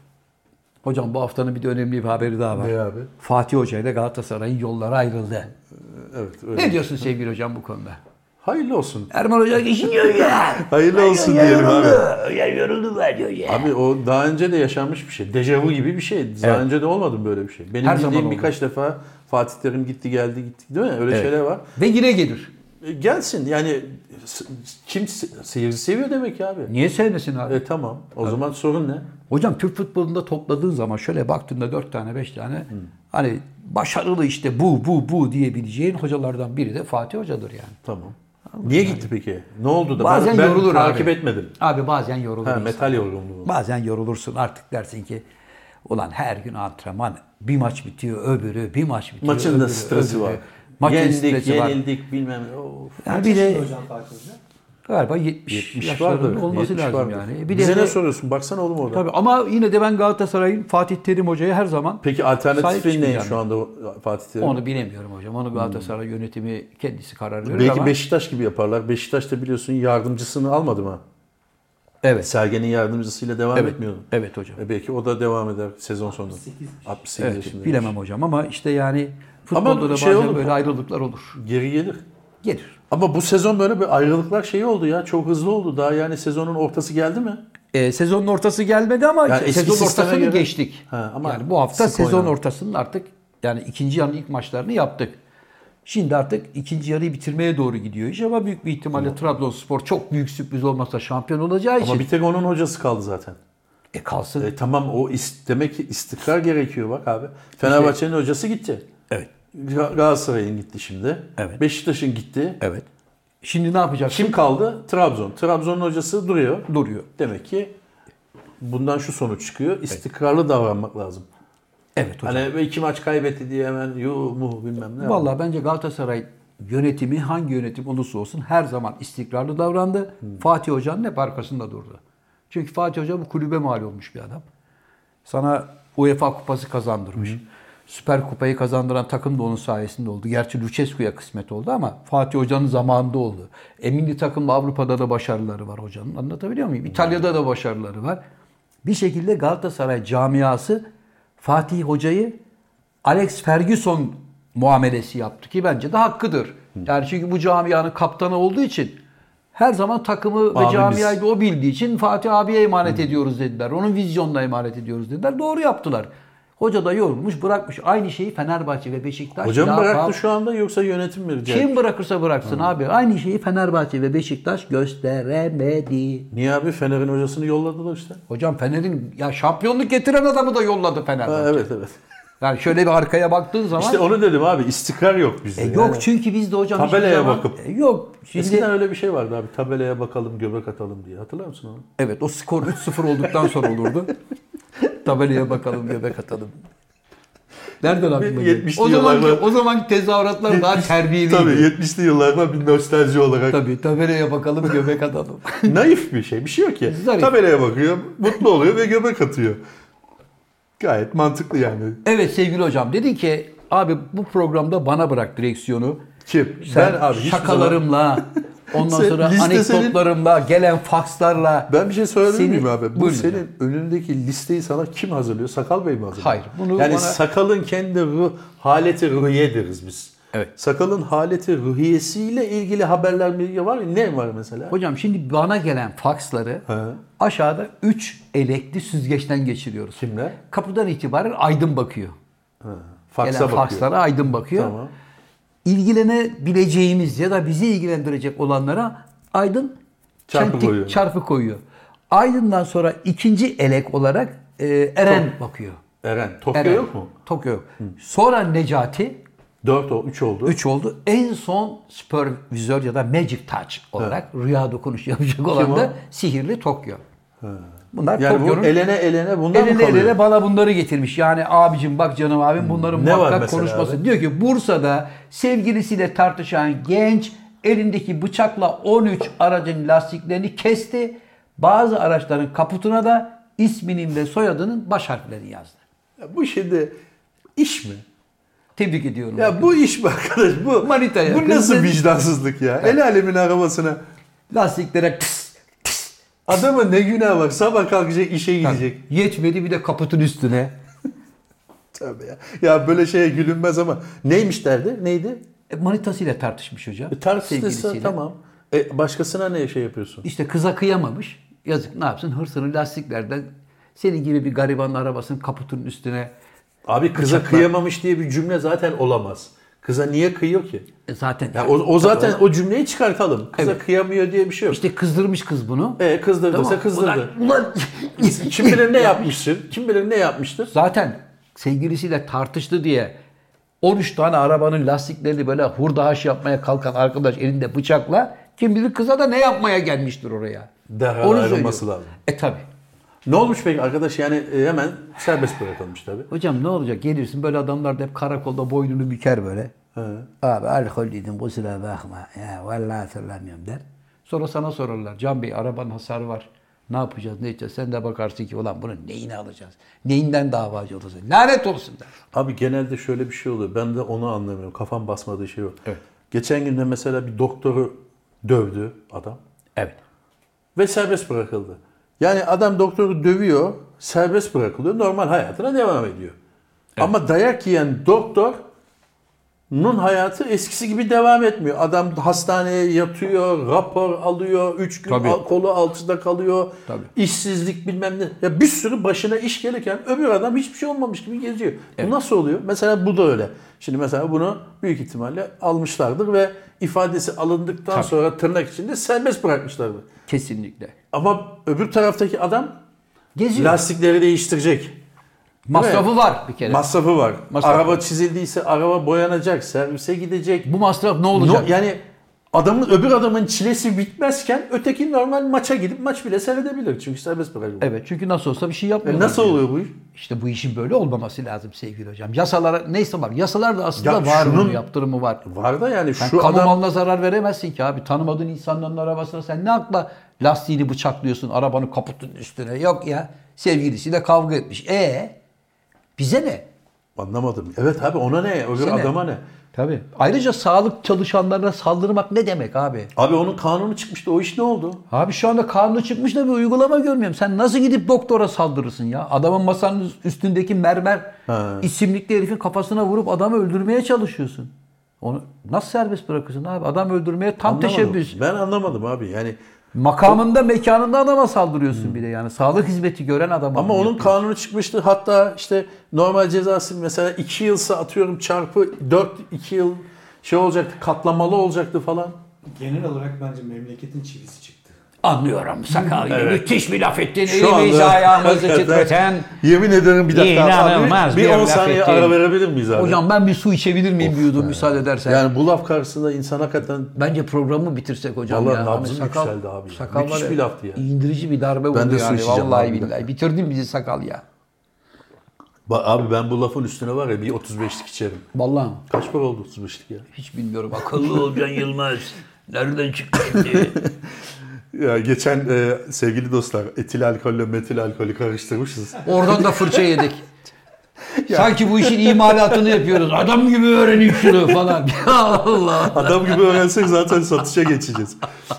A: Hocam bu haftanın bir de önemli bir haberi daha var.
C: Ne abi?
A: Fatih Hoca ile Galatasaray'ın yolları ayrıldı.
C: Evet
A: Ne
C: öyle.
A: diyorsun sevgili hocam bu konuda?
C: Hayırlı olsun.
A: Erman Hoca geçiniyor ya.
C: Hayırlı olsun diyelim abi.
A: Ya yoruldu ben diyor ya.
C: Abi o daha önce de yaşanmış bir şey. Dejavu gibi bir şey. Daha
A: Evet.
C: önce de olmadı mı böyle bir şey? Benim
A: Her zaman
C: bildiğim
A: oldu.
C: birkaç defa Fatih Terim gitti geldi gitti değil mi? Öyle
A: Evet.
C: şeyler var.
A: Ve yine gelir.
C: E, gelsin yani s- kim se- seyirci seviyor demek ki abi.
A: Niye sevmesin abi?
C: E tamam. O zaman sorun ne?
A: Hocam Türk futbolunda topladığın zaman şöyle baktığında 4 tane 5 tane hani başarılı işte bu bu bu diyebileceğin hocalardan biri de Fatih Hoca'dır yani.
C: Tamam. Niye gitti peki? Ne oldu da?
A: Bazen
C: ben, ben
A: yorulur
C: takip
A: abi.
C: etmedim.
A: Abi bazen yorulur
C: Ha,
A: insan.
C: metal yorgunluğu.
A: Bazen yorulursun artık dersin ki ulan her gün antrenman bir maç bitiyor öbürü bir maç bitiyor.
C: Maçın
A: öbürü,
C: da stresi
A: öbürü.
C: var.
A: Maçın
C: Yendik,
A: stresi var.
C: yenildik bilmem. Of.
A: Yani bir
D: bir
A: de
D: Hocam Fatih Hoca.
A: galiba 70,
C: 70
A: yaşlarında
C: vardır.
A: olması
C: 70
A: lazım
C: vardır.
A: yani. Bir
C: Bir Bize
A: de
C: ne soruyorsun? Baksana oğlum orada.
A: tabii ama yine de ben Galatasaray'ın Fatih Terim Hoca'ya her zaman
C: Peki
A: Sahip
C: alternatifin ne
A: çıkmayacağım.
C: şu anda o- e, Fatih Terim?
A: onu bilemiyorum hocam. Onu Galatasaray yönetimi kendisi karar verir
C: Belki
A: ama.
C: Beşiktaş gibi yaparlar. Beşiktaş da biliyorsun yardımcısını almadı mı?
A: Evet.
C: Sergen'in yardımcısıyla devam
A: Evet.
C: etmiyordu.
A: Evet hocam.
C: E belki o da devam eder sezon sonu.
D: 68.
C: 68
A: Evet,
C: yaşında.
A: bilemem hocam ama işte yani futbolda da
C: şey
A: bazen
C: olur.
A: böyle ayrılıklar olur.
C: Geri gelir.
A: Gelir.
C: Ama bu sezon böyle bir ayrılıklar şeyi oldu ya. Çok hızlı oldu. Daha yani sezonun ortası geldi mi?
A: E, sezonun ortası gelmedi ama
C: Yani eski
A: sezon
C: sisteme
A: ortasını
C: göre-
A: geçtik.
C: Ha, ama
A: yani bu hafta
C: sık
A: sezon
C: oynadı.
A: ortasının artık yani ikinci yarının ilk maçlarını yaptık. Şimdi artık ikinci yarıyı bitirmeye doğru gidiyor iş ama büyük bir ihtimalle Trabzonspor çok büyük sürpriz olmasa şampiyon olacağı
C: Ama
A: için
C: bir tek onun hocası kaldı zaten.
A: e kalsın.
C: E tamam o ist- demek ki istikrar gerekiyor bak abi. Fenerbahçe'nin hocası gitti.
A: Evet.
C: Ga- Galatasaray'ın gitti şimdi.
A: Evet.
C: Beşiktaş'ın gitti.
A: Evet. Şimdi ne yapacak?
C: Kim kaldı? Trabzon. Trabzon'un hocası duruyor.
A: duruyor.
C: Demek ki bundan şu sonuç çıkıyor. İstikrarlı davranmak lazım.
A: Evet hocam.
C: Hani iki maç kaybetti diye hemen yuh muh bilmem ne.
A: Vallahi bence Galatasaray yönetimi hangi yönetim olursa olsun her zaman istikrarlı davrandı. Fatih Hoca'nın hep arkasında durdu. Çünkü Fatih Hoca bu kulübe mal olmuş bir adam. Sana UEFA kupası kazandırmış. Süper kupayı kazandıran takım da onun sayesinde oldu. Gerçi Lucescu'ya kısmet oldu ama Fatih Hoca'nın zamanında oldu. Eminli takımla Avrupa'da da başarıları var hocanın. Anlatabiliyor muyum? İtalya'da da başarıları var. Bir şekilde Galatasaray camiası Fatih Hoca'yı Alex Ferguson muamelesi yaptı ki bence de hakkıdır. Yani çünkü bu camianın kaptanı olduğu için her zaman takımı ve
C: Abimiz.
A: camiayı sahibi o bildiği için Fatih abiye emanet ediyoruz dediler. Onun vizyonuna emanet ediyoruz dediler. Doğru yaptılar. Hoca da yorulmuş bırakmış. Aynı şeyi Fenerbahçe ve Beşiktaş.
C: Hocam
A: daha
C: bıraktı
A: fazla-
C: şu şey? anda yoksa yönetim mi rica
A: Kim bırakırsa bıraksın abi. Aynı şeyi Fenerbahçe ve Beşiktaş gösteremedi.
C: Niye abi Fener'in hocasını yolladılar işte.
A: Hocam Fener'in ya şampiyonluk getiren adamı da yolladı
C: Ha,
A: Fenerbahçe.
C: evet evet.
A: Yani şöyle bir arkaya baktığın zaman
C: İşte onu dedim abi istikrar yok bizde.
A: E,
C: yani.
A: yok çünkü biz de hocam hiçbir
C: Tabelaya
A: zaman-
C: bakıp.
A: E, yok şimdi
C: Eskiden öyle bir şey vardı abi tabelaya bakalım göbek atalım diye hatırlar mısın onu?
A: evet o skor 3-0 olduktan sonra olurdu. Tabelaya bakalım göbek atalım. Nereden aklına geldi?
C: 70'li
A: O zamanki,
C: yıllarda-
A: o zamanki tezahüratlar daha terbiyeliydi.
C: Tabii 70'li yıllarda bir nostalji olarak.
A: Tabii tabelaya bakalım göbek atalım.
C: [laughs] Naif bir şey. Bir şey yok ya.
A: Zarif.
C: Tabelaya bakıyor, mutlu oluyor ve göbek atıyor. Gayet mantıklı yani.
A: evet sevgili hocam dedi ki abi bu programda bana bırak direksiyonu.
C: Kim?
A: Sen
C: ben abi hiçbir zaman-
A: şakalarımla, ondan
C: Sen-
A: sonra
C: liste senin-
A: anekdotlarımla, gelen fakslarla.
C: Ben bir şey söyleyebilir
A: Seni-
C: miyim abi? Bu
A: Buyurun
C: senin
A: hocam.
C: önündeki listeyi sana kim hazırlıyor? Sakal Bey mi hazırlıyor?
A: Hayır, bunu
C: yani
A: bana-
C: sakalın kendi ruh, haleti ruhiye deriz biz.
A: Evet.
C: Sakalın haleti ruhiyesiyle ilgili haberler bilgi var mı? Ne var mesela?
A: Hocam şimdi bana gelen faksları
C: Ha.
A: aşağıda 3 elekli süzgeçten geçiriyoruz.
C: Kimler?
A: Kapıdan itibaren aydın bakıyor.
C: Faksa
A: gelen
C: bakıyor.
A: fakslara aydın bakıyor.
C: Tamam.
A: İlgilenebileceğimiz ya da bizi ilgilendirecek olanlara aydın
C: Çarpı
A: çentik-
C: koyuyor.
A: çarpı koyuyor. Aydın'dan sonra ikinci elek olarak e, Eren bakıyor.
C: Eren. Tokyo
A: Eren.
C: yok mu?
A: Tokyo yok. Sonra Necati
C: 4 o 3 oldu.
A: 3 oldu. En son süpervizör ya da magic touch olarak rüya dokunuşu yapacak olan
C: o?
A: da sihirli Tokyo. Bunlar
C: Yani bu
A: Tokyo'nun
C: elene elene bundan mı
A: Eline
C: kalıyor? Hmm.
A: eline bana bunları getirmiş. Yani abicim bak canım abim bunların
C: Ne var
A: muhakkak
C: mesela
A: konuşması.
C: abi?
A: Diyor ki Bursa'da sevgilisiyle tartışan genç elindeki bıçakla 13 aracın lastiklerini kesti. Bazı araçların kaputuna da isminin ve soyadının baş harflerini yazdı.
C: Ya bu şimdi iş mi?
A: Tebrik ediyorum.
C: Ya bu iş mi arkadaş? Bu,
A: Manita ya.
C: bu nasıl
A: Kızın-
C: vicdansızlık ya? El alemin arabasına
A: Lastiklere tıs, tıs.
C: adamın ne günah var? Sabah kalkacak işe gidecek.
A: Yetmedi bir de kaputun üstüne.
C: Tabii ya. Ya böyle şeye gülünmez ama neymiş derdi? Neydi?
A: E, Manitasıyla tartışmış hocam.
C: E, Tartıştıysa
A: Sevgilisiyle.
C: tamam. E, başkasına ne şey yapıyorsun?
A: İşte kıza kıyamamış. Yazık ne yapsın hırsını lastiklerden senin gibi bir garibanın arabasının kaputunun üstüne
C: Abi kıza kıyamamış diye bir cümle zaten olamaz. Kıza niye kıyıyor ki?
A: E zaten
C: Ya o, o zaten o cümleyi çıkartalım. Kıza kıyamıyor diye bir şey yok.
A: işte kızdırmış kız bunu.
C: e kızdırdıysa kızdırdı.
A: Ulan,
C: [laughs]
A: ulan-
C: Kim bilir ne yapmıştır? Kim bilir ne yapmıştır?
A: zaten sevgilisiyle tartıştı diye 13 tane arabanın lastiklerini böyle hurdahaş yapmaya kalkan arkadaş elinde bıçakla kim bilir kıza da ne yapmaya gelmiştir oraya.
C: Derhal ayrılması
A: söylüyorum.
C: lazım.
A: E tabi.
C: Ne olmuş peki arkadaş yani e, hemen serbest bırakılmış tabii.
A: Hocam ne olacak gelirsin böyle adamlar da hep karakolda boynunu büker böyle. Abi alkol dedim kusura bakma. Ya, vallahi hatırlamıyorum der. Sonra sana sorarlar. Can Bey arabanın hasarı var. Ne yapacağız ne edeceğiz? Sen de bakarsın ki ulan bunun neyini alacağız? Neyinden davacı olursun? Lanet olsun der.
C: Abi genelde şöyle bir şey oluyor. Ben de onu anlamıyorum. Kafam basmadığı şey yok. Geçen gün de mesela bir doktoru dövdü adam
A: Evet.
C: ve serbest bırakıldı. Yani adam doktoru dövüyor, serbest bırakılıyor, normal hayatına devam ediyor. Ama dayak yiyen doktorun hayatı eskisi gibi devam etmiyor. Adam hastaneye yatıyor, rapor alıyor, 3 gün
A: Tabii.
C: al- kolu altıda kalıyor,
A: Tabii.
C: işsizlik bilmem ne. Ya bir sürü başına iş gelirken öbür adam hiçbir şey olmamış gibi geziyor. Bu nasıl oluyor? Mesela bu da öyle. Şimdi mesela bunu büyük ihtimalle almışlardır ve ifadesi alındıktan sonra tırnak içinde serbest bırakmışlardır.
A: Kesinlikle.
C: Ama öbür taraftaki adam
A: Geziyor.
C: lastikleri değiştirecek.
A: Masrafı var bir kere.
C: Masrafı var.
A: Masrafı.
C: Araba çizildiyse araba boyanacak, servise gidecek.
A: Bu masraf ne
C: No,
A: olacak?
C: yani adamın öbür adamın çilesi bitmezken öteki normal maça gidip maç bile seyredebilir. Çünkü serbest bırakılıyor.
A: Evet çünkü nasıl olsa bir şey
C: E
A: yapmıyorlar.
C: nasıl oluyor bu iş?
A: İşte bu işin böyle olmaması lazım sevgili hocam. Yasalara neyse var. Yasalar da aslında
C: Ya
A: var bunun
C: şunun-
A: yaptırımı var.
C: Var da yani
A: Sen
C: şu
A: kamu
C: adam
A: malına zarar veremezsin ki abi. Tanımadığın insanların arabasına sen ne akla lastiğini bıçaklıyorsun arabanın kaputun üstüne. Yok ya sevgilisiyle kavga etmiş. E bize ne?
C: anlamadım. Evet abi ona ne? Öbür
A: Bize ne?
C: adama ne?
A: Tabii. Ayrıca sağlık çalışanlarına saldırmak ne demek abi?
C: Abi onun kanunu çıkmıştı. O iş ne oldu?
A: Abi şu anda kanunu çıkmış da bir uygulama görmüyorum. Sen nasıl gidip doktora saldırırsın ya? Adamın masanın üstündeki mermer
C: Ha.
A: isimlikli herifin kafasına vurup adamı öldürmeye çalışıyorsun. Onu nasıl serbest bırakırsın abi? Adam öldürmeye tam
C: Anlamadım.
A: teşebbüs.
C: Ben anlamadım abi. Yani
A: Makamında, mekanında adama saldırıyorsun bile yani. Sağlık hizmeti gören adama.
C: ama onun kanunu çıkmıştı. Hatta işte normal cezası mesela 2 yılsa atıyorum çarpı 4 2 yıl şey olacaktı. Katlamalı olacaktı falan.
D: Genel olarak bence memleketin
C: [laughs]
D: çivisi çıktı.
B: Anlıyorum Sakarya. Müthiş bir laf ettin.
C: Şu
B: Elimizi
C: anda-
A: [laughs]
B: ayağımızı
C: Hakikaten.
B: titreten.
C: Yemin ederim bir dakika. abi.
B: İnanılmaz
C: bir
B: bir
C: 10
B: laf
C: saniye
B: ettin.
C: ara verebilir miyiz abi?
A: Hocam ben bir su içebilir miyim bir yudum müsaade edersen?
C: yani bu laf karşısında insan hakikaten
A: Bence programı bitirsek hocam
C: Vallahi
A: ya.
C: nabzım
A: Hani sakal-
C: yükseldi abi ya.
A: Sakal
C: Müthiş
A: var ya,
C: bir laftı ya.
A: İndirici bir darbe
C: Ben
A: oldu
C: de su
A: yani.
C: içeceğim
A: Vallahi
C: abi, bir
A: billahi. Bitirdin bizi sakal ya.
C: Ba- abi ben bu lafın üstüne var ya bir 35'lik içerim.
A: Vallahi
C: Kaç para oldu 35'lik ya?
A: hiç bilmiyorum.
B: Akıllı olacaksın Yılmaz. Nereden [laughs] çıktı şimdi?
C: Ya geçen e, sevgili dostlar etil alkolle metil alkolü karıştırmışız.
A: Oradan da fırça yedik.
C: [laughs]
A: Sanki bu işin imalatını yapıyoruz. Adam gibi öğreneyim şunu
C: [laughs]
A: falan. Ya Allah.
C: Adam gibi öğrensek zaten satışa geçeceğiz.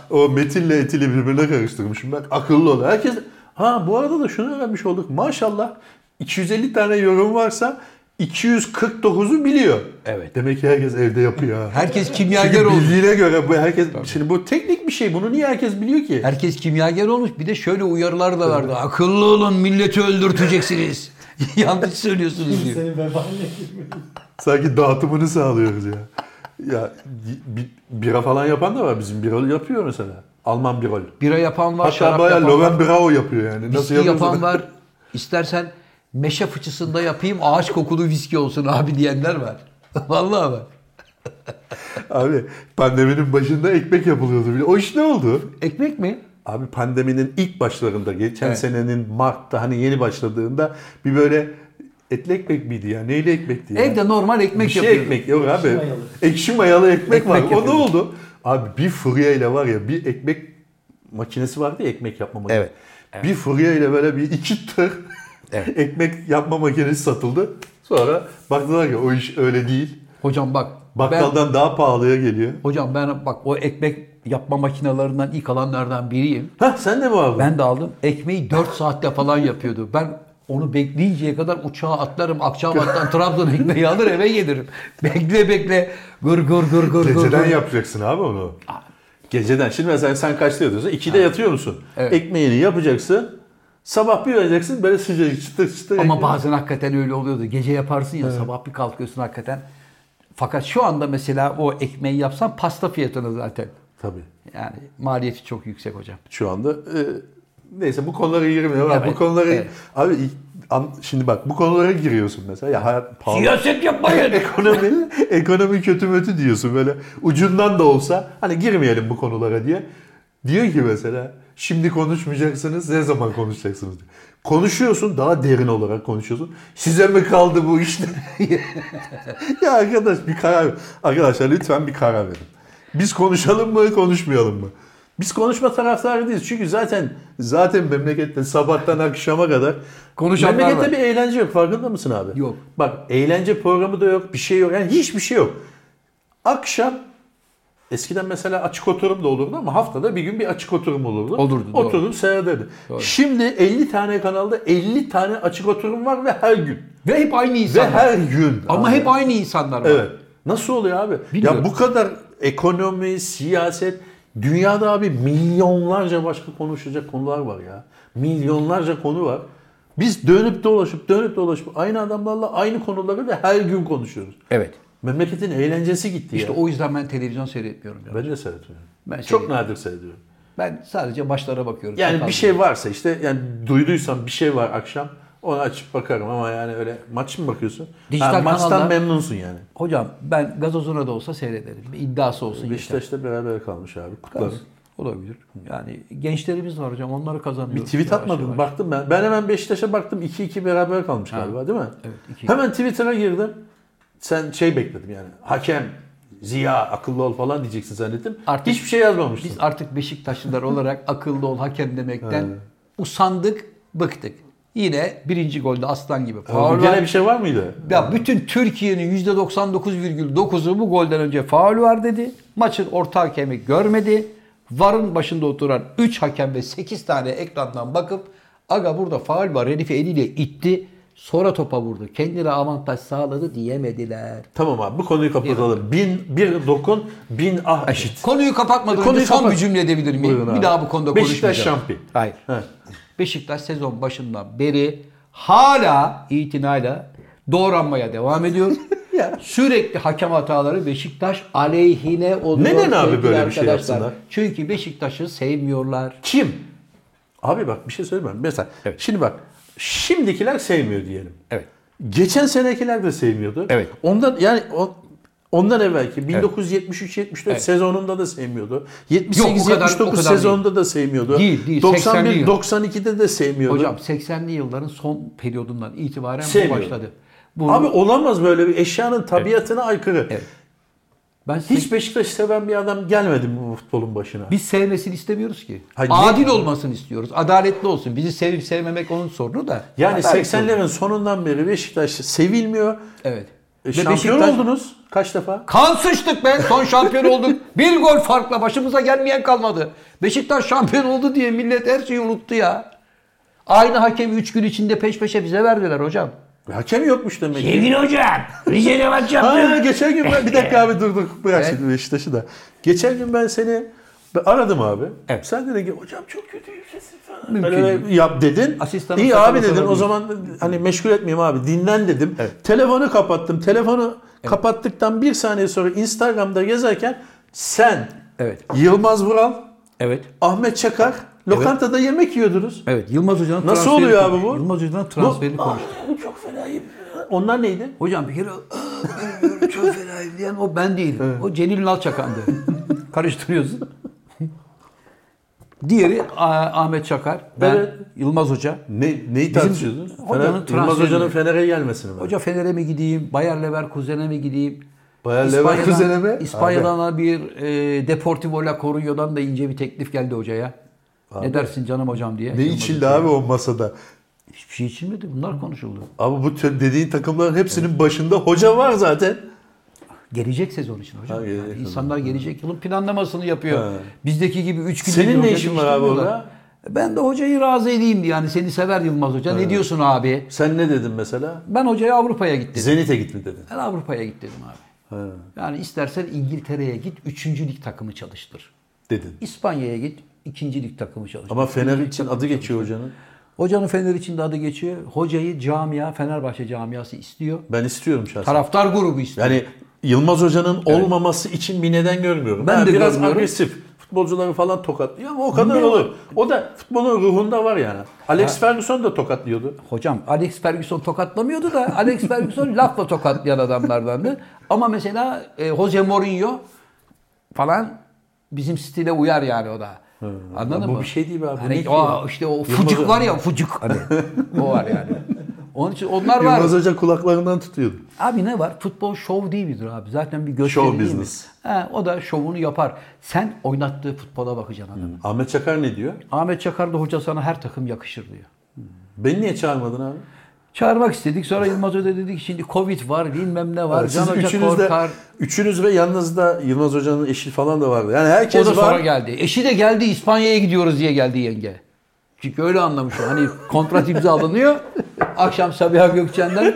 C: O metille etili birbirine karıştırmışım ben. Akıllı ol. Herkes ha bu arada da şunu öğrenmiş olduk. Maşallah 250 tane yorum varsa 249'u biliyor.
B: Evet.
C: Demek ki herkes evde yapıyor. ha.
A: Herkes kimyager
C: Çünkü
A: oldu.
C: bildiğine göre bu herkes şimdi bu teknik bir şey. Bunu niye herkes biliyor ki?
A: Herkes kimyager olmuş. Bir de şöyle uyarılar da vardı. Akıllı olun milleti öldürteceksiniz. [laughs] Yanlış söylüyorsunuz diyor.
D: Senin vebaline girmedi.
C: Sanki dağıtımını sağlıyoruz ya. Ya bi- bira falan yapan da var bizim. Bira yapıyor mesela. Alman birol.
A: Bira yapan var,
C: Hatta
A: şarap
C: bayağı
A: yapan var,
C: Loven Bravo yapıyor yani. Nasıl
A: viski
C: yapıyorsa-
A: yapan var. İstersen meşe fıçısında yapayım ağaç kokulu viski olsun abi diyenler var. [laughs] Vallahi var.
C: Abi pandeminin başında ekmek yapılıyordu bile. O iş ne oldu?
A: Ekmek mi?
C: Abi pandeminin ilk başlarında, geçen
A: Evet.
C: senenin Mart'ta hani yeni başladığında bir böyle etli ekmek miydi ya? Neyle ekmekti ya?
A: Evde normal ekmek
C: bir şey
A: yapıyoruz.
C: ekmek yok abi.
D: Ekşi mayalı.
C: Ekşi mayalı ekmek,
A: Ekmek
C: var. O ne
A: yapıyoruz.
C: oldu? Abi bir fırya ile var ya bir ekmek makinesi vardı ya ekmek yapma makinesi.
A: Evet.
C: Bir fırya ile böyle bir iki
A: [laughs]
C: tır ekmek yapma makinesi satıldı. Sonra baktılar ki o iş öyle değil.
A: Hocam bak. Ben,
C: Bakkaldan daha pahalıya geliyor.
A: hocam ben bak o ekmek yapma makinalarından ilk alanlardan biriyim.
C: Hah sen de mi aldın?
A: Ben de aldım. Ekmeği 4 saatte falan yapıyordu. Ben onu bekleyinceye kadar uçağa atlarım. Akçabat'tan Trabzon ekmeği alır eve gelirim. Bekle bekle. Gır gır gır gır gır.
C: Geceden
A: gır.
C: yapacaksın abi onu. Geceden. Şimdi mesela sen kaçta yatıyorsun? 2'de yatıyor musun?
A: Evet.
C: Ekmeğini yapacaksın. Sabah bir öleceksin böyle sıcacık çıtır çıtır.
A: Ama
C: ekmeği-
A: bazen hakikaten öyle oluyordu. Gece yaparsın ya sabah bir kalkıyorsun hakikaten. Fakat şu anda mesela o ekmeği yapsan pasta fiyatına zaten.
C: Tabii.
A: Yani maliyeti çok yüksek hocam.
C: Şu anda e, neyse bu konulara girmiyorum. Abi,
A: Evet,
C: Bu konulara
A: evet.
C: abi ilk- an- şimdi bak bu konulara giriyorsun mesela. Ya hayat pahalı.
B: Siyaset yapmayın.
C: [laughs] ekonomi, ekonomi kötü mötü diyorsun böyle ucundan da olsa hani girmeyelim bu konulara diye. Diyor ki mesela şimdi konuşmayacaksınız ne zaman konuşacaksınız diyor. Konuşuyorsun daha derin olarak konuşuyorsun. Size mi kaldı bu işte? [laughs] ya arkadaş bir karar Arkadaşlar lütfen bir karar verin. Biz konuşalım mı konuşmayalım mı? Biz konuşma taraftarı değiliz. Çünkü zaten zaten memlekette sabahtan akşama kadar
A: Konuşanlar
C: memlekette
A: var.
C: bir eğlence yok. Farkında mısın abi?
A: Yok.
C: Bak eğlence programı da yok. Bir şey yok. Yani hiçbir şey yok. Akşam eskiden mesela açık oturum da olurdu ama haftada bir gün bir açık oturum olurdu.
A: Olurdu, doğru.
C: Oturup seyrederdi. Şimdi 50 tane kanalda 50 tane açık oturum var ve her gün.
A: Ve hep aynı
C: Ve
A: insanlar.
C: her gün.
A: Ama
C: Abi.
A: hep aynı insanlar var.
C: Evet. Nasıl oluyor abi?
A: Bilmiyorum.
C: Ya bu kadar ekonomi, siyaset, dünyada abi milyonlarca başka konuşacak konular var ya. Milyonlarca konu var. Biz dönüp dolaşıp dönüp dolaşıp aynı adamlarla aynı konuları ve her gün konuşuyoruz.
A: Evet.
C: Memleketin eğlencesi gitti
A: İşte
C: ya.
A: o yüzden ben televizyon seyretmiyorum. ya.
C: Ben de seyrediyorum.
A: Ben şey-
C: Çok
A: seyrediyorum.
C: nadir seyrediyorum.
A: Ben sadece başlara bakıyorum.
C: Yani
A: Sakal
C: bir şey varsa işte yani duyduysam bir şey var akşam onu açıp bakarım ama yani öyle maç mı bakıyorsun?
A: Dijital
C: Ha, maçtan
A: kanallar-
C: memnunsun yani.
A: Hocam ben gazozuna da olsa seyrederim. Bir iddiası olsun. yeter.
C: Beşiktaş'ta beraber kalmış abi. Kutlarım.
A: Olabilir. Yani gençlerimiz var hocam. Onları
C: Bir
A: kazanıyoruz.
C: tweet
A: yavaş
C: atmadın
A: yavaş.
C: mı? Baktım ben. Ben hemen Beşiktaş'a baktım. 2-2 beraber kalmış galiba değil mi?
A: Evet, 2-2.
C: Hemen Twitter'a girdim. Sen şey bekledim yani. Hakem, Ziya, akıllı ol falan diyeceksin zannettim.
A: Artık-
C: Hiçbir şey yazmamışsın.
A: Biz artık Beşiktaşlılar
C: [laughs]
A: olarak akıllı ol hakem demekten usandık, bıktık. Yine birinci golde aslan gibi.
C: Orada
A: Faul var.
C: Gene bir şey var mıydı?
A: Ya bütün Türkiye'nin %99,9'u bu golden önce faul var dedi. Maçın orta hakemi görmedi. VAR'ın başında oturan 3 hakem ve 8 tane ekrandan bakıp aga burada faul var. Herifi eliyle itti. Sonra topa vurdu. Kendine avantaj sağladı diyemediler.
C: Tamam abi bu konuyu kapatalım. Bin, bir dokun, bin ah eşit.
A: Konuyu kapatmadan
C: Konuyu
A: önce son
C: kapat.
A: bir cümle edebilir miyim?
C: Buyurun abi.
A: Bir daha bu konuda
C: Beşiktaş
A: konuşmayacağım.
C: şampiyon.
A: Hayır.
C: He.
A: Beşiktaş sezon başından beri hala itinayla doğranmaya devam ediyor.
C: [laughs] Ya.
A: Sürekli hakem hataları Beşiktaş aleyhine oluyor.
C: Neden abi
A: sevgili
C: böyle bir şey
A: arkadaşlar.
C: yapsınlar?
A: Çünkü Beşiktaş'ı sevmiyorlar.
C: Kim? Abi bak bir şey söyleyeyim mi? Mesela şimdi bak şimdikiler sevmiyor diyelim.
B: Evet.
C: Geçen senekiler de sevmiyordu.
B: Evet.
C: Ondan yani o- ondan evvelki 1973-74 sezonunda da sevmiyordu. 78
A: kadar-
C: 79
A: o kadar
C: sezonunda da sevmiyordu.
A: Değil, değil. 80'li
C: 91
A: yıl.
C: 92'de de sevmiyordu.
A: Hocam 80'li yılların son periyodundan itibaren bu
C: Sevmiyor.
A: başladı. Bu,
C: Abi olamaz böyle bir eşyanın tabiatına aykırı.
A: Evet. ben
C: Hiç Beşiktaş seven bir adam gelmedi mi bu futbolun başına?
A: Biz sevmesini istemiyoruz ki.
C: Hayır,
A: Adil olmasını istiyoruz. Adaletli olsun. Bizi sevip sevmemek onun sorunu da.
C: Yani
A: Adaletli olsun.
C: 80'lerin sonundan beri Beşiktaş sevilmiyor.
A: Evet.
C: E,
A: Ve
C: Şampiyon
A: Beşiktaş-
C: oldunuz kaç defa?
A: Kan sıçtık be. Son şampiyon olduk. Bir gol farkla başımıza gelmeyen kalmadı. Beşiktaş şampiyon oldu diye millet her şeyi unuttu ya. Aynı hakemi 3 gün içinde peş peşe bize verdiler hocam.
C: Hakem yokmuş demek ki.
B: Sevgili hocam, Rize'de maç
C: Ha, geçen gün ben bir dakika abi durduk bırak
A: Evet.
C: şimdi Beşiktaş'ı da. Geçen gün ben seni ben aradım abi.
B: Evet.
C: Sen dedin ki hocam çok kötüyüm sesim falan.
A: Mümkün
C: Böyle yap dedin.
A: Asistanın
C: İyi
A: saçma
C: abi dedin
A: sapan
C: o zaman hani meşgul etmeyeyim abi dinlen dedim. Telefonu kapattım. Telefonu kapattıktan bir saniye sonra Instagram'da gezerken sen
A: Evet.
C: Yılmaz Vural,
A: Evet.
C: Ahmet Çakar lokantada yemek yiyordunuz.
A: Evet. Yılmaz Hoca'nın
C: Nasıl
A: transferini
C: oluyor abi
A: konuş-
C: bu? Ah!
A: Yılmaz Hoca'nın transferini
C: Bu-
A: konuştuk.
C: Çok fenayım. Onlar neydi?
A: Hocam bir kere "Aa, bilmiyorum, çok fenayım diyen o ben değilim. O Celil Nalçakan'dı. [laughs] Karıştırıyorsun. Diğeri A- Ahmet Çakar. Ben
C: Evet.
A: Yılmaz Hoca.
C: Ne, neyi tartışıyordunuz?
A: hocanın
C: Fener- Yılmaz
A: transferini.
C: Hoca'nın Fener'e gelmesini mi?
A: Hoca Fener'e mi gideyim? Bayer Leverkusen'e mi gideyim?
C: Bayer
A: İspanya'dan-
C: Leverkusen'e mi?
A: İspanya'dan bir e, Deportivo La Coruña'dan da ince bir teklif geldi hocaya. Ne dersin canım hocam diye.
C: Ne
A: Yılmaz
C: içildi
A: Hoca.
C: abi o masada?
A: Hiçbir şey içilmedi. Bunlar konuşuldu.
C: Abi bu tür dediğin takımların hepsinin başında hoca var zaten.
A: Gelecek sezon için hocam.
C: Ha, gelecek
A: Yani
C: sezon.
A: insanlar gelecek yılın planlamasını yapıyor.
C: Ha.
A: Bizdeki gibi 3 gün
C: Senin
A: bir
C: ne
A: hoca
C: işin var abi
A: istemiyorlar.
C: orada?
A: Ben de hocayı razı edeyim diye. Yani seni sever Yılmaz Hoca. Ne diyorsun abi?
C: Sen ne dedin mesela?
A: Ben hocaya Avrupa'ya git dedim.
C: Zenit'e git mi dedin?
A: Ben Avrupa'ya git dedim abi.
C: Ha,
A: Yani istersen İngiltere'ye git. Üçüncü lig takımı çalıştır.
C: dedin.
A: İspanya'ya git. ikinci lig takımı çalıştır.
C: Ama Fener için adı geçiyor hocanın.
A: Hocanın Fener için de adı geçiyor. Hocayı camia, Fenerbahçe camiası istiyor.
C: Ben istiyorum şahsen.
A: Taraftar grubu istiyor.
C: Yani Yılmaz Hocanın olmaması için bir neden görmüyorum.
A: Ben
C: Ha,
A: de
C: biraz
A: görmüyorum.
C: agresif. Futbolcuları falan tokatlıyor ama o kadar olur. O da futbolun ruhunda var yani. Alex Ferguson da tokatlıyordu.
A: Hocam Alex Ferguson tokatlamıyordu
C: [laughs]
A: da Alex Ferguson lafla tokatlayan adamlardandı. Ama mesela e, Jose Mourinho falan bizim stile uyar yani o da. Anladın
C: bu
A: mı?
C: bir şey değil be abi, ne
A: Hani,
C: ki?
A: o, işte o fucuk var ya fucuk hani. [laughs] o var yani. Onun için onlar var.
C: Yılmaz Hoca kulaklarından tutuyordu.
A: Abi ne var? Futbol şov değil midir abi? Zaten bir gösteri
C: Show
A: değil
C: business.
A: Mi? He, o da şovunu yapar. Sen oynattığı futbola bakacaksın adamın.
C: Ahmet Çakar ne diyor?
A: Ahmet Çakar da hoca sana her takım yakışır diyor.
C: Beni niye çağırmadın abi?
A: Çağırmak istedik. Sonra Yılmaz Hoca dedi ki şimdi Covid var bilmem ne var.
C: Yani
A: Can
C: Siz
A: Hoca
C: üçünüz de,
A: korkar.
C: üçünüz ve yanınızda Yılmaz Hoca'nın eşi falan da vardı. Yani
A: O
C: herkes
A: da sonra
C: var.
A: geldi. Eşi de geldi İspanya'ya gidiyoruz diye geldi yenge. Çünkü öyle anlamış o. Hani kontrat
C: [laughs]
A: imzalanıyor. Akşam Sabiha Gökçen'den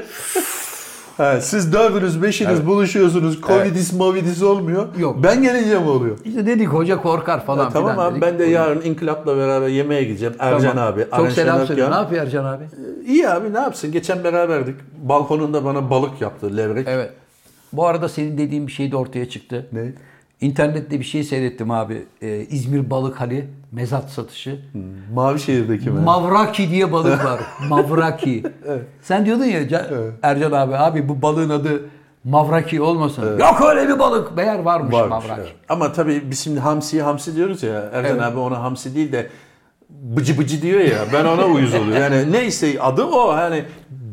C: Ha, siz dördünüz, beşiniz buluşuyorsunuz. Covidis, movidis olmuyor.
A: Yok.
C: Ben gelince mi oluyor?
A: işte dedik hoca korkar falan filan
C: E, tamam abi
A: dedik.
C: ben de yarın İnkılap'la beraber yemeğe gideceğim.
A: Tamam.
C: Ercan abi. Aren
A: Çok selam
C: Şener
A: söyle.
C: Can.
A: Ne yapıyor Ercan abi?
C: İyi abi ne yapsın? Geçen beraberdik. Balkonunda bana balık yaptı levrek.
A: Evet. Bu arada senin dediğin bir şey de ortaya çıktı.
C: Ne?
A: İnternette bir şey seyrettim abi. Ee, İzmir Balık Hali mezat satışı.
C: Mavişehir'deki mi?
A: Mavraki diye
C: [laughs]
A: balık var. Mavraki. Sen diyordun ya Ca- Ercan abi abi bu balığın adı Mavraki olmasın. Yok öyle bir balık. Meğer varmış,
C: Varmış,
A: mavraki.
C: evet. Ama tabii biz şimdi hamsiyi hamsi diyoruz ya. Ercan abi ona hamsi değil de bıcı bıcı diyor ya. Ben ona uyuz oluyor.
A: [laughs]
C: Yani neyse adı o. Yani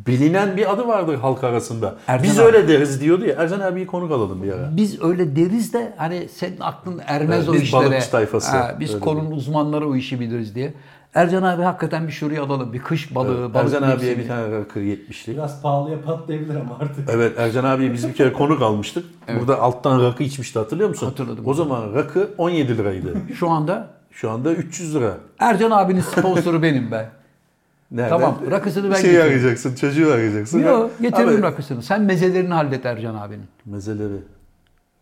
C: bilinen bir adı vardır halk arasında.
A: Ercan
C: biz
A: abi.
C: öyle deriz diyordu ya. Ercan abiyi konuk alalım bir ara.
A: Biz öyle deriz de hani senin aklın ermez
C: Evet,
A: o
C: biz
A: işlere.
C: balıkçı tayfası.
A: biz
C: Öyle
A: konunun uzmanları o işi biliriz diye. Ercan abi hakikaten bir şuraya alalım. Ee, Bir kış balığı, balık
C: Ercan abiye
A: mevsimi.
C: bir tane rakı 70'lik.
D: Biraz pahalıya patlayabilir ama artık.
C: Evet Ercan abiyi biz bir kere konuk almıştık. Burada alttan rakı içmişti hatırlıyor musun?
A: Hatırladım.
C: O zaman rakı 17 liraydı.
A: Şu anda
C: Şu anda 300 lira.
A: Ercan abinin sponsoru benim
C: [laughs]
A: ben.
C: Nereden?
A: Tamam, rakısını ben
C: Şeyi
A: getireyim.
C: arayacaksın, çocuğu arayacaksın.
A: Yok getiririm
C: Abi,
A: rakısını. Sen mezelerini hallet Ercan abinin.
C: Mezeleri.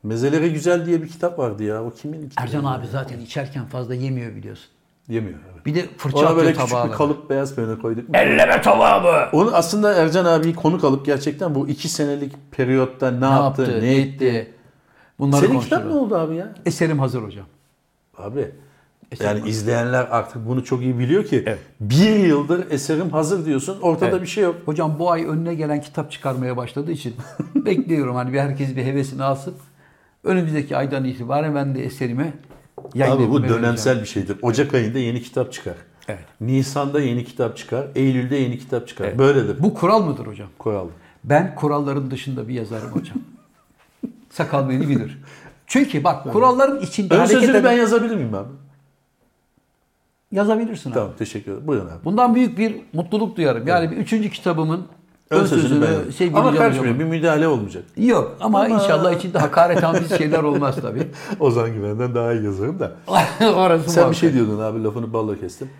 C: Mezeleri güzel diye bir kitap vardı ya. O kimin kitabı?
A: Ercan abi zaten içerken fazla yemiyor biliyorsun.
C: Yemiyor. evet.
A: Bir de fırça
C: Ona
A: atıyor
C: böyle küçük
A: tabağa.
C: bir kalıp beyaz peynir koyduk.
A: Elleme tabağımı!
C: Onu aslında Ercan abi konuk alıp gerçekten bu iki senelik periyotta ne,
A: Ne
C: yaptı,
A: yaptı,
C: ne
A: ne
C: etti.
A: etti? Bunları
C: Senin kitap ne
A: konuşuruz.
C: oldu abi ya?
A: Eserim hazır hocam.
C: Abi yani izleyenler artık bunu çok iyi biliyor ki bir yıldır eserim hazır diyorsun ortada bir şey yok.
A: Hocam bu ay önüne gelen kitap çıkarmaya başladığı
C: [laughs]
A: için bekliyorum hani bir herkes bir hevesini alsın. Önümüzdeki aydan itibaren ben de eserimi
C: Abi bu
A: yayınlayıp vereceğim.
C: dönemsel bir şeydir. Ocak ayında yeni kitap çıkar.
A: Evet.
C: Nisan'da yeni kitap çıkar. Eylül'de yeni kitap çıkar. Böyledir. Bu
A: Bu kural mıdır hocam?
C: kural.
A: Ben kuralların dışında bir yazarım
C: [laughs]
A: hocam. Sakal beni bilir. Çünkü bak kuralların içinde
C: Ön
A: hareket
C: sözünü
A: eden-
C: ben yazabilir miyim abi?
A: yazabilirsin abi.
C: Tamam teşekkür ederim. Buyurun abi.
A: Bundan büyük bir mutluluk duyarım. Yani bir üçüncü kitabımın
C: Ön, sözünü, ben
A: sözünü şey
C: yazarım.
A: sevgili
C: Ama
A: Can
C: karışmayın
A: hocama-
C: bir müdahale olmayacak. [laughs]
A: Yok ama inşallah içinde hakaret amiz şeyler olmaz
C: [laughs]
A: tabii.
C: Ozan Güven'den daha iyi yazarım da.
A: Orası
C: Sen bir
A: muhakkak.
C: şey diyordun abi lafını balla kestim.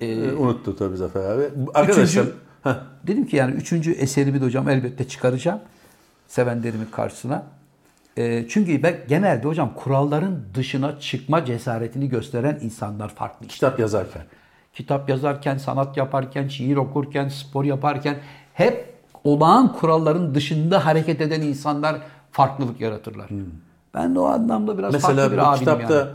C: Ee, unuttu tabii Zafer abi. Arkadaşlar
A: Üçüncü-
C: Heh,
A: Dedim ki yani üçüncü eserimi de hocam elbette çıkaracağım. Sevenlerimin karşısına. Ee, çünkü ben genelde hocam kuralların dışına çıkma cesaretini gösteren insanlar farklı.
C: kitap yazarken.
A: Kitap yazarken, sanat yaparken, şiir okurken, spor yaparken hep olağan kuralların dışında hareket eden insanlar farklılık yaratırlar. Ben de o anlamda biraz
C: Hmm. Mesela
A: farklı bir
C: bu
A: abim
C: kitapta
A: yani.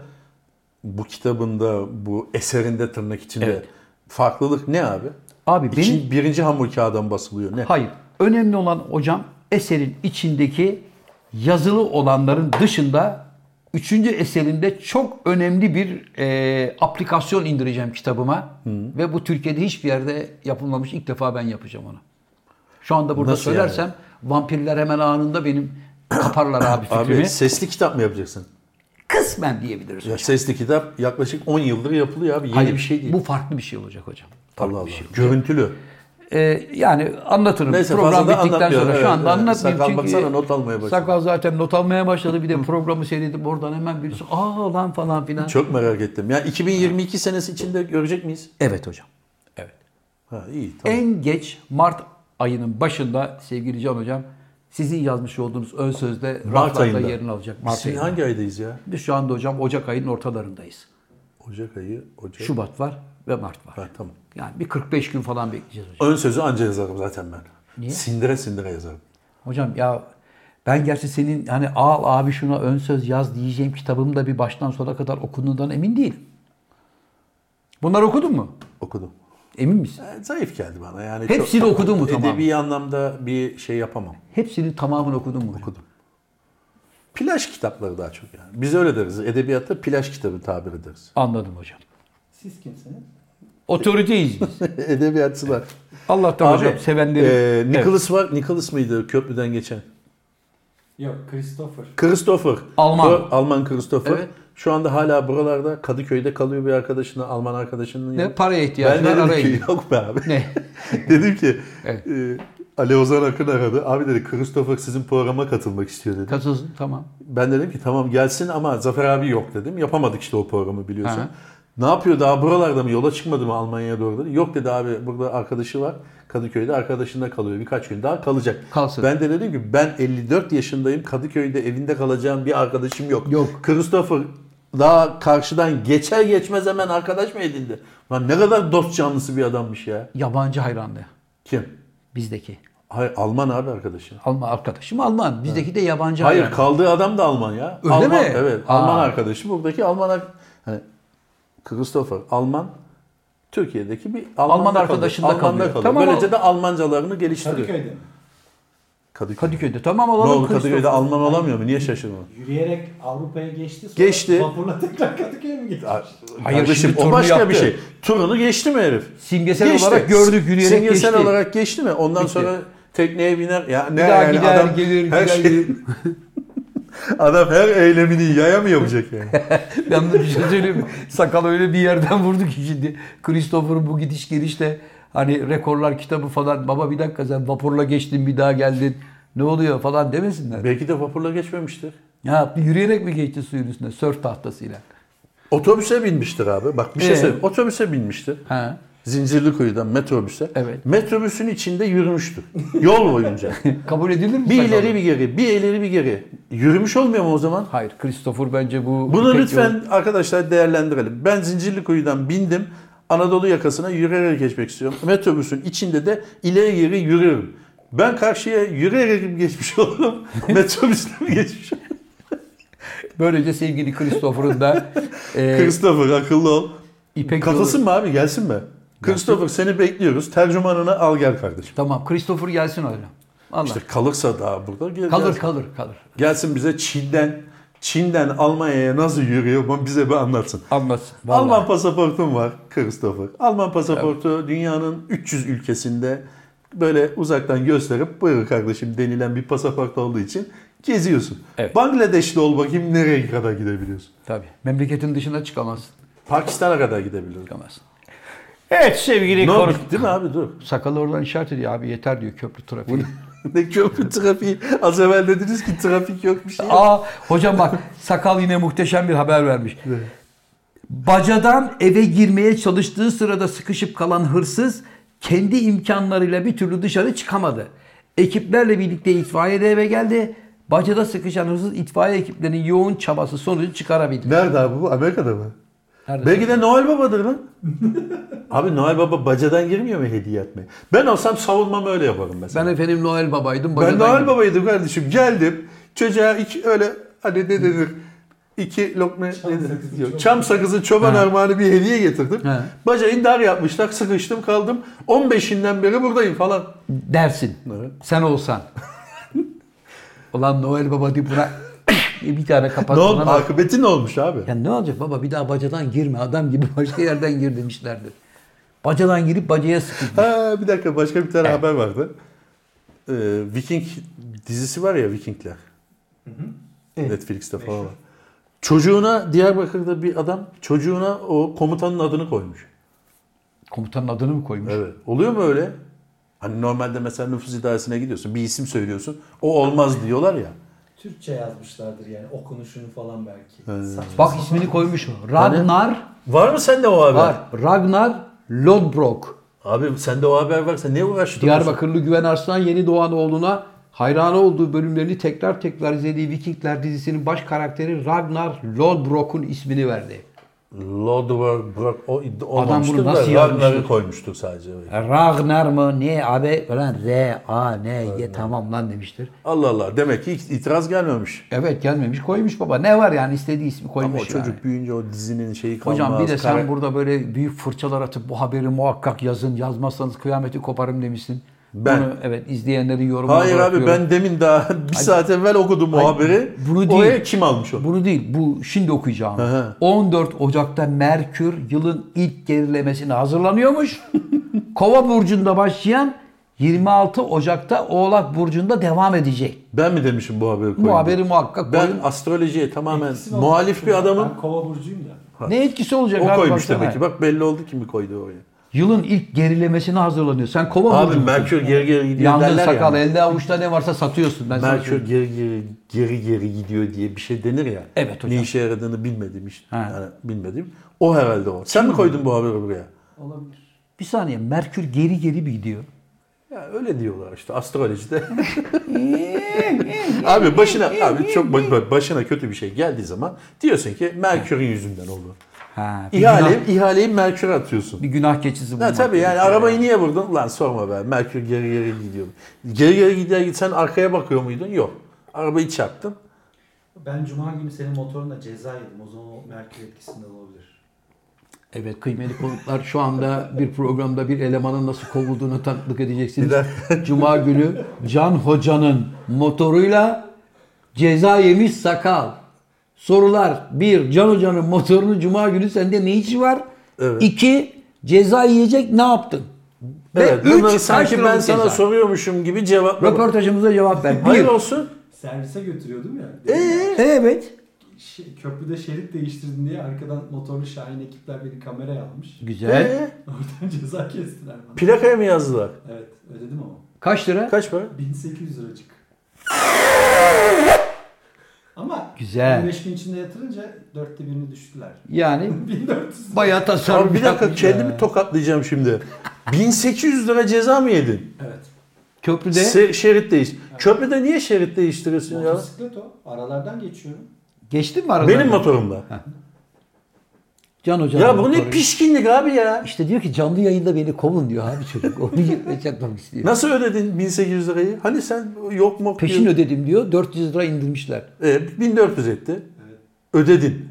C: bu kitabında bu eserinde tırnak içinde farklılık ne abi?
A: Abi
C: İkin-
A: benim-
C: birinci hamur kağıdan basılıyor ne?
A: Hayır. Önemli olan hocam eserin içindeki yazılı olanların dışında üçüncü eserinde çok önemli bir e, aplikasyon indireceğim kitabıma. Ve bu Türkiye'de hiçbir yerde yapılmamış. İlk defa ben yapacağım onu. Şu anda burada
C: Nasıl
A: söylersem vampirler hemen anında
C: [coughs]
A: benim kaparlar abi
C: Abi
A: fikrimi.
C: sesli kitap mı yapacaksın?
A: Kısmen diyebiliriz.
C: Ya sesli kitap yaklaşık 10 yıldır yapılıyor abi. Yeni
A: Hayır,
C: bir şey değil.
A: Bu farklı bir şey olacak hocam. Farklı
C: Allah Allah.
A: bir şey.
C: Görüntülü.
A: Ee, yani anlatırım.
C: Neyse,
A: Program
C: fazla da
A: bittikten
C: anlatmayalım.
A: sonra
C: Evet,
A: şu anda
C: evet.
A: anlatmayayım.
C: Sakal
A: çünkü
C: baksana not almaya başladı.
A: Sakal zaten not almaya başladı. Bir de programı seyredip oradan hemen birisi aa lan falan filan.
C: Çok merak ettim. Ya 2022 senesi içinde görecek miyiz?
A: Evet hocam. Evet.
C: Ha iyi tamam.
A: En geç Mart ayının başında sevgili Can hocam sizin yazmış olduğunuz ön sözde raflarda
C: ayında.
A: yerini alacak.
C: Biz
A: Mart
C: şimdi
A: ayında.
C: hangi aydayız ya?
A: Biz şu anda hocam Ocak ayının ortalarındayız.
C: Ocak ayı, Ocak.
A: Şubat var ve Mart var.
C: Ha, tamam.
A: Yani bir 45 gün falan bekleyeceğiz hocam.
C: Ön sözü anca yazarım zaten ben. Sindire sindire yazarım.
A: Hocam ya ben gerçi senin hani al abi şuna ön söz yaz diyeceğim kitabım da bir baştan sona kadar okunduğundan emin değilim. Bunları okudun mu?
C: Okudum.
A: Emin misin?
C: E, Zayıf geldi bana yani.
A: Hepsini
C: çok,
A: okudun mu tamam?
C: Edebi anlamda bir şey yapamam.
A: Hepsinin tamamını okudun mu?
C: Okudum. Plaj kitapları daha çok yani. Biz öyle deriz. Edebiyatta plaj kitabı tabir
A: [laughs]
C: ederiz.
A: Anladım hocam.
D: Siz kimsiniz?
A: Otoriteyiz
C: [laughs]
A: biz.
C: Edebiyatçılar.
A: Allah'tan hocam sevenleri.
C: e, Nicholas var. Nicholas mıydı köprüden geçen?
D: Yok Christopher.
C: Christopher.
A: Alman.
C: O, Alman Christopher.
A: Evet.
C: Şu anda hala buralarda Kadıköy'de kalıyor bir arkadaşının, Alman arkadaşının. yanında.
A: Ne paraya ihtiyacı var,
C: e, Ben dedim
A: araya
C: ki
A: gidiyor.
C: yok be abi.
A: Ne?
C: [laughs] dedim ki
A: Evet.
C: e, Ali Ozan Akın aradı. Abi dedi Christopher sizin programa katılmak istiyor dedi.
A: Katılsın tamam.
C: Ben dedim ki tamam gelsin ama Zafer abi yok dedim. Yapamadık işte o programı biliyorsun.
A: Hı.
C: Ne yapıyor daha buralarda mı yola çıkmadı mı Almanya'ya doğru dedi. Yok dedi abi burada arkadaşı var Kadıköy'de arkadaşında kalıyor birkaç gün daha kalacak.
A: Kalsın.
C: Ben de dedim ki ben 54 yaşındayım Kadıköy'de evinde kalacağım bir arkadaşım yok.
A: Yok.
C: Christopher daha karşıdan geçer geçmez hemen arkadaş mı edindi? Lan ne kadar dost canlısı bir adammış ya.
A: Yabancı hayranlığı
C: Kim?
A: bizdeki.
C: Hayır Alman abi arkadaşı.
A: Alman arkadaşım Alman. Bizdeki de yabancı
C: Hayır
A: hayranlığı.
C: kaldığı adam da Alman ya.
A: Öyle
C: Alman,
A: mi?
C: Evet.
A: Aa.
C: Alman arkadaşı. Buradaki Alman ar- hani Christopher Alman Türkiye'deki bir Alman'da
A: Alman arkadaşında
C: Alman'da
A: kalıyor. Tamam,
C: Böylece de Almancalarını geliştiriyor.
D: Kadıköy'de mi?
C: Kadıköy.
A: Kadıköy'de tamam
C: Ne
A: olalım.
C: oldu Kadıköy'de
A: Christopher.
C: Alman olamıyor mu? Niye şaşırdın?
D: Yürüyerek Avrupa'ya geçti. Sonra
C: Geçti.
D: Vapurla tekrar Kadıköy'e mi geçti?
A: Hayır,
C: Kardeşim
A: şimdi
C: o
A: turunu
C: başka
A: yaptı.
C: bir şey. Turunu geçti mi herif?
A: Simgesel olarak gördük, yürüyerek
C: Simgesel
A: geçti.
C: olarak geçti mi? Ondan sonra tekneye biner. Ya ne
A: Bir daha
C: yani
A: gider,
C: adam
A: gelir,
C: her
A: gider,
C: şey- [laughs] adam her eylemini yaya mı yapacak yani?
A: [laughs] Yalnız bir şey söyleyeyim mi? Sakal öyle bir yerden vurdu ki şimdi. Christopher'ın bu gidiş gelişte hani rekorlar kitabı falan. Baba bir dakika sen vapurla geçtin bir daha geldin. Ne oluyor falan demesinler.
C: Belki de vapurla geçmemiştir.
A: Ne yaptı? Yürüyerek mi geçti suyun üstüne? Sörf tahtasıyla.
C: Otobüse binmiştir abi. Bak bir şey
A: Ee?
C: söyleyeyim. Otobüse binmiştir.
A: Ha.
C: Zincirlikuyu'dan metrobüse.
A: Evet.
C: Metrobüsün içinde yürümüştür.
A: [laughs]
C: Yol boyunca.
A: Kabul edilir mi?
C: bir
A: sakal?
C: ileri bir geri, bir ileri bir geri. Yürümüş olmuyor mu o zaman?
A: Hayır. Christopher bence bu...
C: Bunu
A: tek
C: lütfen
A: yol-
C: arkadaşlar değerlendirelim. Ben Zincirlikuyu'dan bindim. Anadolu yakasına yürüyerek geçmek istiyorum. Metrobüsün içinde de ileri geri yürüyorum. Ben karşıya yürüyerek mi geçmiş olurum?
A: [laughs]
C: Metrobüsle mi geçmiş olurum?
A: Böylece sevgili Christopher'ın
C: [laughs]
A: da e,
C: Christopher akıllı ol.
A: İpek
C: Katılsın
A: yolu...
C: mı abi gelsin mi? Christopher seni bekliyoruz. Tercümanını al gel kardeşim.
A: Tamam. Christopher gelsin öyle. Allah.
C: İşte kalırsa daha burada gel-
A: kalır
C: gelsin.
A: kalır kalır.
C: Gelsin bize Çin'den Çin'den Almanya'ya nasıl yürüyor bunu bize bir anlatsın.
A: Anlasın.
C: Alman pasaportum var Christopher. Alman pasaportu dünyanın 300 ülkesinde böyle uzaktan gösterip buyur kardeşim denilen bir pasaport olduğu için geziyorsun.
A: Evet.
C: Bangladeşli ol bakayım nereye kadar gidebiliyorsun?
A: Tabii. Memleketin dışına çıkamazsın.
C: Pakistan'a kadar gidebiliyorsun.
A: Çıkamazsın. Evet sevgili
C: Ne
A: konuk.
C: bitti mi abi dur.
A: Sakalı oradan işaret ediyor abi yeter diyor köprü trafiği.
C: [laughs] ne köprü trafiği. Az evvel dediniz ki trafik yok bir şey. yok.
A: Aa hocam bak sakal yine muhteşem bir haber vermiş. Bacadan eve girmeye çalıştığı sırada sıkışıp kalan hırsız kendi imkanlarıyla bir türlü dışarı çıkamadı. Ekiplerle birlikte itfaiye de eve geldi. Bacada sıkışan hırsız itfaiye ekiplerinin yoğun çabası sonucu çıkarabildi.
C: Nerede abi bu? Amerika'da mı?
A: Nerede?
C: Belki de Noel Baba'dır [laughs] lan. abi Noel Baba bacadan girmiyor mu hediye atmaya? Ben olsam savunmamı öyle yaparım mesela.
A: Ben efendim Noel babaydım.
C: Ben
A: bacadan
C: Noel
A: girdim.
C: babaydım kardeşim. Geldim. Çocuğa iki öyle hani ne denir? İki lokma çam,
D: sakızı,
C: sakızı, çam sakızı çoban armağanı bir hediye getirdim.
A: Ha.
C: Bacayı dar yapmışlar. Sıkıştım kaldım. 15'inden beri buradayım falan.
A: dersin.
C: Evet.
A: Sen [laughs] olsan. Ulan Noel Baba deyip [laughs] buna bir tane kapat.
C: ne oldu? Akıbeti ne olmuş abi?
A: Ya ne olacak baba bir daha bacadan girme adam gibi [laughs] başka yerden gir demişlerdi. Bacadan girip bacaya sıkıştı.
C: Ha, bir dakika başka bir tane haber vardı. Ee, Viking dizisi var ya Vikingler. Netflix'te falan var. Çocuğuna Diyarbakır'da bir adam çocuğuna o komutanın adını koymuş.
A: Komutanın adını mı koymuş?
C: Evet. Oluyor mu öyle? Hani normalde mesela nüfus idaresine gidiyorsun, bir isim söylüyorsun. O olmaz diyorlar ya.
D: Türkçe yazmışlardır yani okunuşunu falan belki. Saçma
A: Bak
D: sapan.
A: ismini koymuş. Ragnar
C: Var mı sende o haber?
A: var. Ragnar Lodbrok.
C: Abi sende o haber varsa ne uğraştın?
A: Diyarbakırlı Güven Arslan yeni doğan oğluna hayranı olduğu bölümlerini tekrar tekrar izlediği Vikingler dizisinin baş karakteri Ragnar Lodbrok'un ismini verdi.
C: Lodvar Brock o
A: Adam
C: Adam
A: bunu
C: bunu
A: nasıl
C: da
A: yazmıştır?
C: Ragnar'ı koymuştur sadece.
A: Ragnar mı ne abi falan R A N Y tamam lan demiştir.
C: Allah Allah. Demek ki hiç itiraz gelmemiş.
A: Evet gelmemiş koymuş baba. Ne var yani istediği ismi koymuş
C: Ama o
A: yani.
C: çocuk büyüyünce o dizinin şeyi kalmaz.
A: Hocam bir de sen
C: kara-
A: burada böyle büyük fırçalar atıp bu haberi muhakkak yazın. Yazmazsanız kıyameti koparım demişsin.
C: Ben.
A: Bunu evet izleyenlerin yorumuna
C: Hayır abi
A: bırakıyorum.
C: ben demin daha [laughs] bir saat evvel okudum o haberi.
A: bunu değil.
C: Oraya kim almış onu?
A: Bunu değil bu şimdi okuyacağım.
C: Aha.
A: 14 Ocak'ta Merkür yılın ilk gerilemesine hazırlanıyormuş. [laughs] Kova burcunda başlayan 26 Ocak'ta Oğlak burcunda devam edecek.
C: Ben mi demişim bu haberi koyayım?
A: Bu haberi muhakkak
C: Ben
A: koyun.
C: astrolojiye tamamen
D: Kesin olacak.
C: muhalif bir adamım.
D: Ben kova burcuyum da.
A: Ne etkisi olacak
C: O
A: abi
C: koymuş
A: baksana.
C: demek ki. Bak belli oldu kimi koydu oraya.
A: Yılın ilk gerilemesine hazırlanıyor. Sen Kova
C: Abi
A: burcu musun?
C: Merkür geri geri gidiyor
A: Yandın
C: derler
A: sakal,
C: ya.
A: elde avuçta ne varsa satıyorsun. Ben sana
C: Merkür
A: söyleyeyim.
C: geri geri geri geri gidiyor diye bir şey denir ya.
A: Evet hocam.
C: Ne işe yaradığını bilmediğim iş.
A: Ha.
C: Yani bilmediğim. O herhalde o. Sen mi koydun bu haberi buraya?
D: Olabilir.
A: Bir saniye Merkür geri geri mi gidiyor?
C: Ya öyle diyorlar
A: [laughs]
C: işte astrolojide. abi başına abi çok ba- başına kötü bir şey geldiği zaman diyorsun ki Merkür'ün yüzünden oldu.
A: Ha, bir,
C: İhaleyi,
A: günah,
C: ihaleyi Merkür'e atıyorsun.
A: bir günah keçisi
C: Ha,
A: bulmak.
C: tabii yani arabayı niye vurdun? Lan sorma be. Merkür geri geri gidiyor. Geri geri gider gitsen arkaya bakıyor muydun? Yok. Arabayı çarptın.
D: Ben cuma günü senin motorunla ceza yedim. O zaman o Merkür etkisinde olabilir.
A: Evet kıymetli konuklar şu anda bir programda bir elemanın nasıl kovulduğunu tanıklık edeceksiniz.
C: Bir dakika.
A: [laughs] Cuma günü Can Hoca'nın motoruyla ceza yemiş sakal. Sorular. Bir, Can Hoca'nın motorunu Cuma günü sende ne işi var?
C: Evet.
A: İki, ceza yiyecek ne yaptın?
C: Evet,
A: Ve
C: bunları
A: üç,
C: sanki ben
A: karşılıklı
C: sana
A: ceza.
C: soruyormuşum gibi cevap.
A: Röportajımıza cevap ver.
C: Hayır
A: Bir,
C: olsun.
D: Servise götürüyordum ya.
A: Ee? evet.
D: Ş- Köprüde şerit değiştirdin diye arkadan motorlu Şahin ekipler beni kameraya almış.
A: Güzel.
C: Ee,
D: [laughs] Oradan ceza kestiler bana.
C: plakaya mı yazdılar?
D: Evet ödedim ama.
A: Kaç lira?
C: Kaç para?
D: 1800 liracık. Ama
A: Güzel.
D: 15 gün içinde yatırınca dörtte birini düştüler. [laughs]
A: Yani
D: 1400
A: bayağı tasarruf
C: Abi bir dakika
A: yapmış ya.
C: kendimi
A: [laughs]
C: tokatlayacağım şimdi. 1800 lira ceza mı yedin?
D: Evet.
A: Köprüde
C: Se- şerit değiş. Köprüde niye şerit değiştiriyorsun ya?
D: Motosiklet o. Aralardan geçiyorum.
A: geçtin mi aradan?
C: Benim motorumda.
A: Can Hoca'nın
C: Ya bu ne
A: motoru.
C: pişkinlik abi ya.
A: İşte diyor ki canlı yayında beni kovun diyor abi çocuk. [laughs] Onu gitmek yapmak istiyor.
C: Nasıl ödedin 1800 lirayı? Hani sen yok mu?
A: Peşin ödedim diyor. 400 lira indirmişler.
C: E, 1400 etti. Ödedin.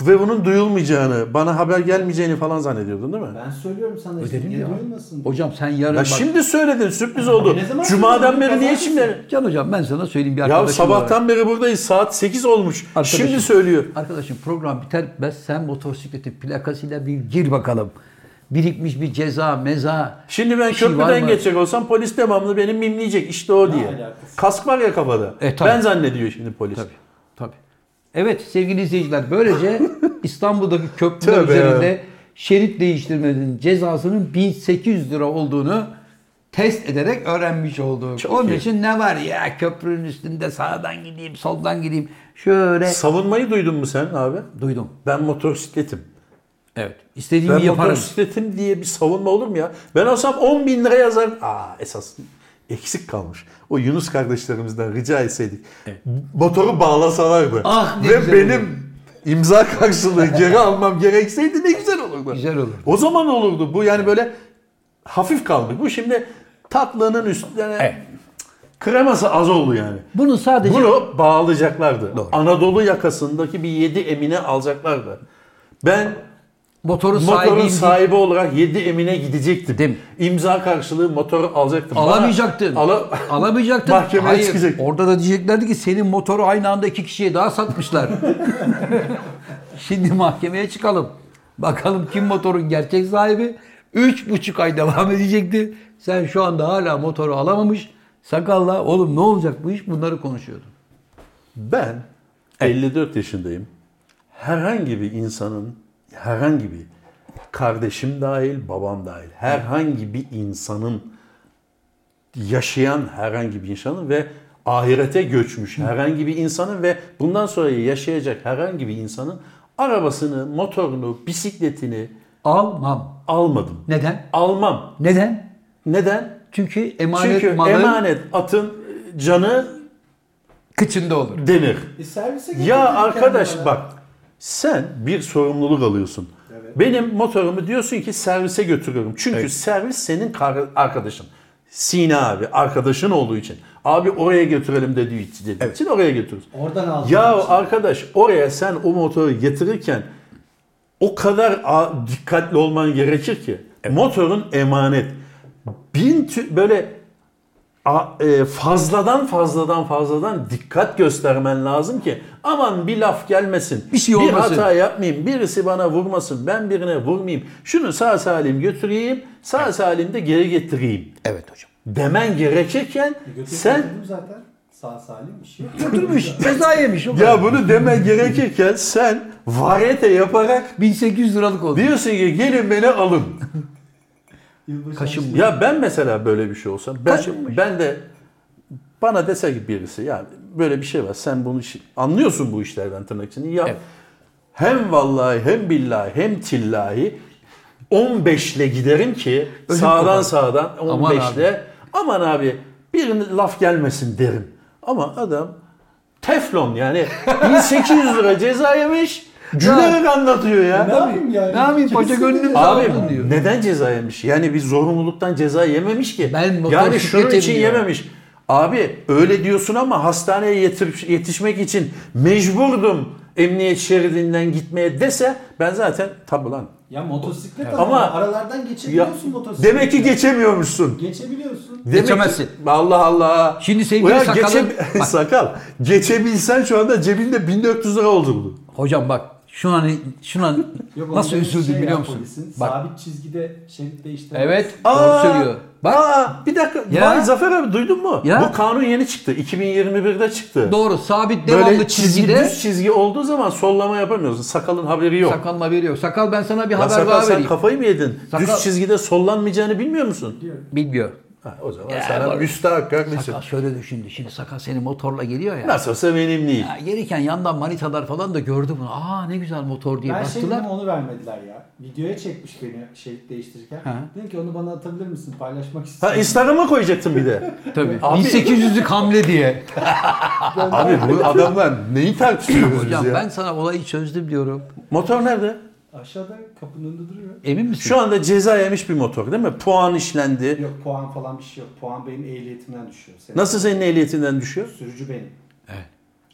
C: Ve bunun duyulmayacağını, bana haber gelmeyeceğini falan zannediyordun değil mi?
D: Ben söylüyorum sana
A: Ödedim
D: işte niye
A: ya.
D: duyulmasın?
A: Hocam sen yarın
C: Ya
A: bak.
C: şimdi söyledin, sürpriz oldu.
D: Ne zaman
C: Cuma'dan
D: söyledin?
C: beri niye
D: Pazartesi.
C: şimdi?
A: Can hocam ben sana söyleyeyim bir
C: Ya
A: arkadaşım var.
C: sabahtan beri buradayız. Saat 8 olmuş.
A: Arkadaşım.
C: Şimdi söylüyor.
A: Arkadaşım program biter bitmez sen motosikletin plakasıyla bir gir bakalım. Birikmiş bir ceza meza.
C: Şimdi ben
A: Bir şey var
C: köprüden
A: mı?
C: geçecek olsam polis devamlı beni mimleyecek. İşte o diye.
D: alakası?
C: Kask var ya kafada.
A: E, tabii.
C: ben zannediyor şimdi polis.
A: Tabii. Tabii. Evet sevgili izleyiciler
C: [laughs]
A: böylece İstanbul'daki köprüler
C: Tövbe ya.
A: üzerinde şerit değiştirmenin cezasının 1800 lira olduğunu test ederek öğrenmiş olduk.
C: Çok
A: Onun
C: iyi.
A: için ne var ya köprünün üstünde sağdan gideyim soldan gideyim şöyle
C: E, Savunmayı duydun mu sen abi?
A: duydum.
C: Ben motosikletim.
A: Evet. İstediğimi
C: Ben
A: yaparım.
C: motosikletim diye bir savunma olur mu ya? Ben olsam 10 bin lira yazar. Aa esas eksik kalmış. O Yunus kardeşlerimizden rica etseydik. Motoru bağlasalardı.
A: Ah, ne
C: Ve
A: güzel
C: benim imza karşılığı geri almam gerekseydi ne güzel olurdu.
A: Güzel olur.
C: O zaman olurdu bu yani böyle hafif kaldı. Bu şimdi tatlının üstüne kreması az oldu yani.
A: Bunu sadece
C: Bunu bağlayacaklardı. Anadolu yakasındaki bir 7 emine alacaklardı. Ben
A: motorun
C: Motorun
A: sahibi
C: sahibi olarak 7 emine gidecektim.
A: Değil mi?
C: İmza karşılığı motoru alacaktım.
A: Alamayacaktın.
C: Bana- Ala...
A: Alamayacaktın.
C: Mahkemeye
A: Hayır.
C: çıkacak.
A: Orada da diyeceklerdi ki senin motoru aynı anda iki kişiye daha satmışlar. [laughs] Şimdi mahkemeye çıkalım. Bakalım kim motorun gerçek sahibi. Üç buçuk ay devam edecekti. Sen şu anda hala motoru alamamış. Sakalla oğlum ne olacak bu iş bunları konuşuyordun.
C: Ben 54 yaşındayım. Herhangi bir insanın, herhangi bir kardeşim dahil, babam dahil, herhangi bir insanın yaşayan herhangi bir insanın ve ahirete göçmüş herhangi bir insanın ve bundan sonra yaşayacak herhangi bir insanın arabasını, motorunu, bisikletini
A: Almam.
C: almadım.
A: Neden?
C: Almam.
A: Neden?
C: Neden?
A: Çünkü emanet
C: Çünkü
A: malı
C: emanet atın canı
A: kıçında olur.
C: denir.
D: E servise götürdün
C: Ya arkadaş
D: kendini
C: bak sen bir sorumluluk alıyorsun.
D: Evet.
C: Benim motorumu diyorsun ki servise götürüyorum. Çünkü servis senin kar- arkadaşın. Sina abi arkadaşın olduğu için. Abi oraya götürelim dediği için, dediği için oraya götürürüz.
D: bana. Oradan aldım.
C: Ya arkadaş oraya sen o motoru getirirken o kadar a- dikkatli olman gerekir ki. Motorun emanet. Bin tü- böyle a- e, fazladan fazladan fazladan dikkat göstermen lazım ki aman bir laf gelmesin.
A: Bir şey olmasın.
C: hata yapmayayım. Birisi bana vurmasın. Ben birine vurmayayım. Şunu sağ salim götüreyim. Sağ salim de geri getireyim.
A: Evet hocam.
C: Demen gerekirken sen
D: Sen... zaten sağ salim bir şey yok.
A: Durmuş ceza yemiş. o kadar.
C: ya bunu demen gerekirken sen varete yaparak
A: 1800 liralık oldu.
C: Diyorsun ki gelin beni alın.
D: [laughs] Yılbaşı
A: Kaşın
C: ya ben mesela böyle bir şey olsam ben,
A: Kaçınmış.
C: ben de bana dese ki birisi ya böyle bir şey var sen bunu şi- anlıyorsun bu işlerden tırnak içinde ya
A: Evet.
C: hem vallahi hem billahi hem tillahi 15 ile giderim ki
A: Ölüm
C: sağdan
A: kopar.
C: sağdan
A: Aman
C: 15 ile aman abi bir laf gelmesin derim. Ama adam teflon yani 1800 lira ceza yemiş gülerek anlatıyor ya.
D: Ne yapayım yani?
A: Ne yapayım paça
D: Kimse
A: gönlüm
D: de-
A: sağ
C: Abi
A: olsun diyor.
C: neden ceza yemiş? Yani bir zorunluluktan ceza yememiş ki.
A: Ben
C: yani
A: motosiklete
C: şunun için
A: biniyorum.
C: yememiş. Abi öyle diyorsun ama hastaneye yetiriş- yetişmek için mecburdum emniyet şeridinden gitmeye dese ben zaten tabi lan
D: Ya motosiklet
C: Ama-
D: ama aralardan
A: E,
D: geçebiliyorsun motosiklet.
C: Demek ki geçemiyormuşsun.
D: geçebiliyorsun.
C: Demek ki-
A: Geçemezsin.
C: Allah Allah.
A: Şimdi sevgili
C: Ulan
A: sakalı-
C: [laughs] geçe-
A: [laughs] Bak.
C: sakal. Geçebilsen şu anda cebinde 1400 lira olurdu.
A: Hocam bak şuna şuna
D: onun
A: nasıl
D: dediği
A: üzüldüm
D: şey
A: biliyor
D: ya
A: musun?
D: Polisin,
A: Bak
D: Sabit çizgide şerit değiştirmek.
A: evet
C: Aa,
A: doğru söylüyor. Bak
C: aa, bir dakika.
A: Ya.
C: Vay Zafer abi duydun mu?
A: Ya.
C: Bu kanun yeni çıktı. 2021'de çıktı.
A: doğru sabit devamlı
C: Böyle çizgi,
A: çizgide
C: düz çizgi olduğu zaman sollama yapamıyorsun. Sakalın haberi yok.
A: sakalma veriyor. Sakal ben sana bir
C: Ya
A: haber
C: sakal
A: daha
C: sen
A: vereyim.
C: kafayı mı yedin?
A: Sakal-
C: Düz çizgide sollanmayacağını bilmiyor musun?
D: Diyorum.
A: Bilmiyor.
C: Ha, o zaman
A: Ya,
C: sana
A: bak-
C: müstahakkak müsaade.
A: Sakal şöyle düşündü. Şimdi sakal senin motorla geliyor ya.
C: Nasıl olsa benim değil.
A: Ya Gelirken yandan manitalar falan da gördü bunu. Aa ne güzel motor diye
D: Ben şey
A: baktılar.
D: dedim onu vermediler ya. Videoya çekmiş beni şerit değiştirirken. Dedim ki onu bana atabilir misin? Paylaşmak
C: Ha
D: istiyorum.
C: Instagram'a koyacaktın
A: [laughs]
C: bir de.
A: Tabii.
C: Abi-
A: 1800'lük hamle diye.
C: Abi bu adamlar neyi tartışıyoruz biz
A: Hocam
C: ya?
A: ben sana olayı çözdüm diyorum.
C: Motor nerede?
D: Aşağıda kapının önünde duruyor.
A: Emin misin?
C: Şu anda ceza yemiş bir motor değil mi? Puan işlendi.
D: Yok puan falan bir şey yok. Puan benim ehliyetimden düşüyor. Senin
C: Nasıl senin ehliyetinden düşüyor?
D: Sürücü benim.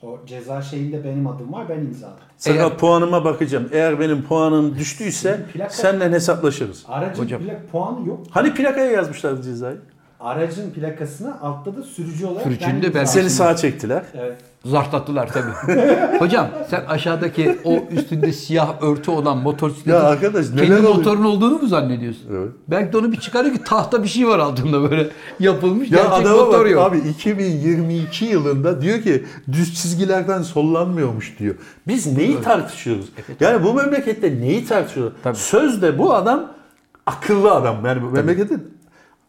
D: O ceza şeyinde benim adım var ben imzaladım.
C: Sakal
A: Eğer-
C: puanıma bakacağım. Eğer benim puanım düştüyse
D: Plaka-
C: seninle hesaplaşırız.
D: Aracın
A: Hocam.
D: plak puanı yok.
C: Hani plakaya yazmışlardı cezayı.
D: Aracın plakasına altta da sürücü olarak
A: Sürücünün de
D: imzaladım.
A: ben-
C: Seni sağa çektiler.
D: Evet.
A: Zartlattılar
C: [laughs]
A: tabii. Hocam sen aşağıdaki o üstünde siyah örtü olan motosikletin
C: Ya arkadaş, neler
A: kendi
C: oluyor?
A: motorun olduğunu mu zannediyorsun?
C: Evet.
A: Belki de onu bir çıkarıyor ki tahta bir şey var altında böyle [laughs] yapılmış
C: Ya
A: gerçek
C: adama
A: motor
C: bak
A: yok.
C: abi 2022 yılında diyor ki düz çizgilerden sollanmıyormuş diyor. Biz neyi tartışıyoruz? Yani bu memlekette neyi tartışıyoruz?
A: Tabii.
C: Sözde bu adam akıllı adam. Yani bu memleketin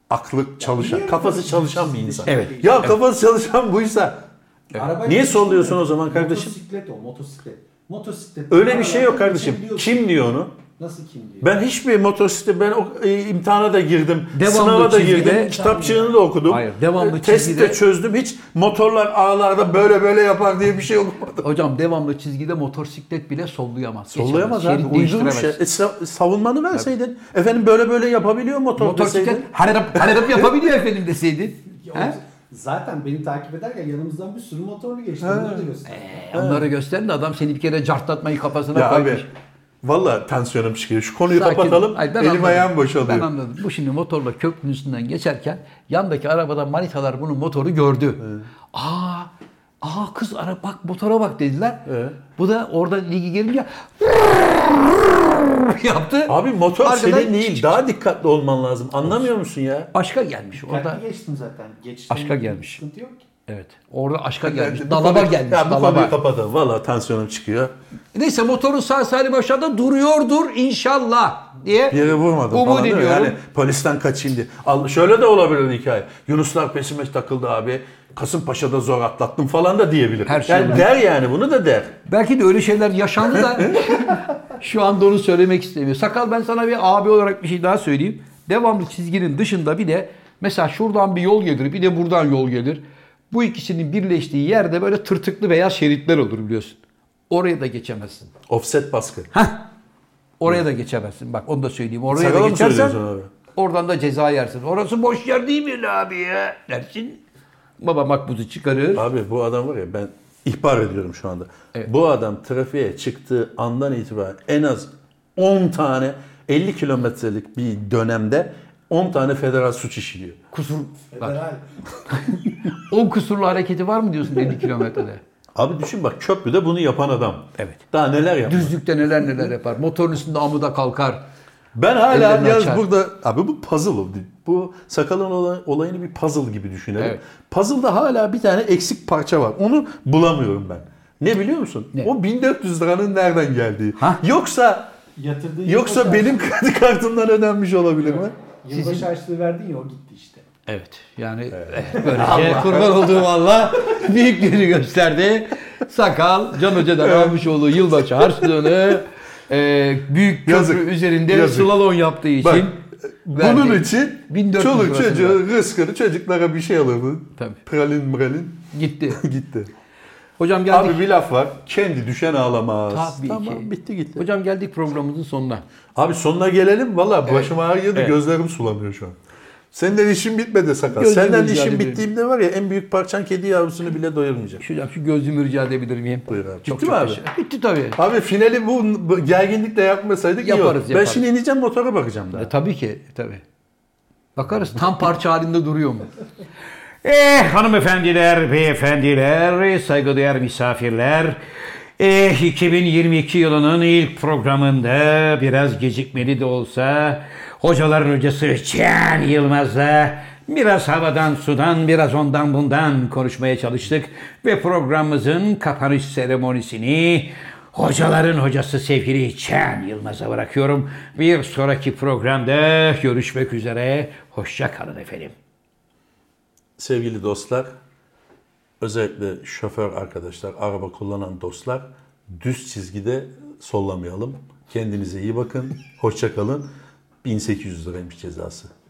C: aklı çalışan,
D: niye
C: kafası
D: öyle
C: çalışan bir
D: çizgi-
C: insan.
A: Evet.
C: Ya kafası çalışan buysa
D: Arabayı
C: Niye
D: geçtiğinde
C: solluyorsun o zaman kardeşim?
D: Motosiklet o motosiklet. Motosiklet.
C: öyle bir şey yok
D: Aralardan
C: kardeşim.
D: geçebiliyorsun.
C: Kim diyor onu?
D: Nasıl kim diyor?
C: Ben hiçbir motosiklete ben o, e, imtihana da girdim,
A: Devamlı
C: sınava da
A: çizgide-
C: girdim, kitapçığını da okudum.
A: Hayır, devamlı
C: E, Testi
A: çizgide-
C: de çözdüm. Hiç motorlar ağlarda böyle böyle yapar diye bir şey okumadım.
A: Hocam devamlı çizgide motosiklet bile sollayamaz.
C: Sollayamaz
A: Geçemez,
C: abi.
A: şerit
C: Uydurmuş şey.
A: değiştiremez.
C: E, sa- savunmanı verseydin. Efendim böyle böyle yapabiliyor motor,
A: Motosiklet
C: deseydin.
A: harap harap yapabiliyor [laughs] efendim deseydin.
D: Ya
A: He?
D: o- Zaten beni takip ederken yanımızdan bir sürü motorlu geçti. Onları da göster.
A: Ee, Onları gösterin de adam seni bir kere cartlatmayı kafasına
C: Ya
A: koymuş.
C: abi valla tansiyonum çıkıyor. Şu konuyu
A: Sakin ol.
C: kapatalım.
A: Hayır, ben
C: Elim
A: anladım.
C: ayağım
A: Ben
C: boşalıyor.
A: anladım. Bu şimdi motorla köprünün üstünden geçerken yandaki arabadan manitalar bunun motoru gördü. Aa, aa kız ara bak motora bak dediler.
C: Evet.
A: Bu da oradan ilgi gelince yaptı.
C: Abi motor
A: Arkadan
C: senin değil. Daha dikkatli olman lazım. Anlamıyor musun ya?
A: Aşka gelmiş orada.
D: Orada geçtim zaten. Geçtim.
A: Aşka gelmiş.
D: Sıkıntı yok ki.
A: Evet. Orada aşka gelmiş.
C: Bu
A: Dalaba
C: konuyu-
A: gelmiş.
C: Ya bu
A: dalaba.
C: konuyu kapatalım. Valla tansiyonum çıkıyor.
A: Neyse motorun sağ salim aşağıda duruyordur inşallah diye
C: Bir yere vurmadım
A: umut
C: falan değil mi?
A: ediyorum.
C: Yani polisten kaçayım diye. Al, şöyle de olabilir hikaye. Yunuslar pesime takıldı abi. Kasımpaşa'da zor atlattım falan da diyebilir.
A: Her şey
C: yani
A: olabilir.
C: der yani bunu da der.
A: Belki de öyle şeyler yaşandı da şu anda onu söylemek istemiyor. Sakal ben sana bir abi olarak bir şey daha söyleyeyim. Devamlı çizginin dışında bir de mesela şuradan bir yol gelir bir de buradan yol gelir. Bu ikisinin birleştiği yerde böyle tırtıklı beyaz şeritler olur biliyorsun. Oraya da geçemezsin.
C: Offset baskı.
A: Oraya da geçemezsin. Bak onu da söyleyeyim. Oraya
C: Sakala
A: da
C: mı
A: geçersen
C: söylüyorsun abi?
A: oradan da ceza yersin. Orası boş yer değil mi Hilal abi ya dersin. Baba makbuzu çıkarır.
C: Abi bu adam var ya ben ihbar ediyorum şu anda.
A: Evet.
C: Bu adam trafiğe çıktığı andan itibaren en az 10 tane 50 kilometrelik bir dönemde 10 tane federal suç işliyor.
A: Kusur. Bak,
D: Federal.
A: 10 kusurlu hareketi var mı diyorsun 50 kilometrede?
C: Abi düşün bak köprüde bunu yapan adam.
A: Evet.
C: Daha neler yapmış.
A: Düzlükte neler neler yapar. Motorun üstünde amuda kalkar.
C: Ben hala
A: Ellerini
C: yalnız
A: açar.
C: burada abi bu puzzle oldu. Bu sakalın olay- olayını bir puzzle gibi düşünelim.
A: Evet.
C: Puzzle'da hala bir tane eksik parça var. Onu bulamıyorum ben. Ne biliyor musun?
A: Ne?
C: O 1400 liranın nereden geldiği.
A: Ha?
C: Yoksa
D: Yatırdığı
C: yoksa
D: yılbaşı
C: benim kredi kartımdan ödenmiş olabilir mi?
D: harçlığı- Yılbaşı harçlığı verdin ya o gitti işte.
A: Evet. Yani eh, böylece kurban olduğum Allah büyük günü gösterdi. Sakal Can Hoca'dan almış olduğu yılbaşı harçlığını eh, büyük köprü
C: Yazık,
A: üzerinde
C: yazık.
A: slalom yaptığı için
C: Bak
A: verdi.
C: bunun için
A: 1400
C: çoluk
A: lirası
C: çocuğu rızkını çocuklara bir şey alırdı.
A: Tabii.
C: Pralin mralin [laughs]
A: gitti.
C: gitti.
A: Hocam geldik.
C: Abi bir laf var. Kendi düşen ağlamaz.
A: Tabii
C: tamam
A: ki.
C: bitti gitti.
A: Hocam geldik programımızın sonuna.
C: Abi sonuna gelelim. Valla başım ağrıyordu.
A: Evet.
C: Gözlerim sulanıyor şu an. Senden işin bitmedi sakal.
A: Gözüm
C: Senden
A: rica
C: işin
A: ediyorum.
C: bittiğimde var ya en büyük parçan kedi yavrusunu bile doyurmayacak.
A: Şu, şu gözlüğümü rica edebilir miyim?
C: Buyur abi.
A: Çok,
C: Bitti mi
A: çok
C: abi?
A: teşekkür- Bitti tabii.
C: Abi finali bu bu gerginlikle yapmasaydık iyi olur.
A: Yaparız,
C: Ben
A: yaparız.
C: şimdi ineceğim motora bakacağım daha.
A: E, tabii ki tabii. Bakarız tam parça halinde duruyor mu?
B: Eh hanımefendiler, beyefendiler, saygıdeğer misafirler. Eh 2022 yılının ilk programında biraz gecikmeli de olsa hocaların hocası Çiğen Yılmaz'la biraz havadan sudan biraz ondan bundan konuşmaya çalıştık ve programımızın kapanış seremonisini hocaların hocası sevgili Çiğen Yılmaz'a bırakıyorum. Bir sonraki programda görüşmek üzere. Hoşça kalın efendim.
C: Sevgili dostlar, özellikle şoför arkadaşlar, araba kullanan dostlar düz çizgide sollamayalım. Kendinize iyi bakın, hoşça kalın. 1800 liraymış cezası.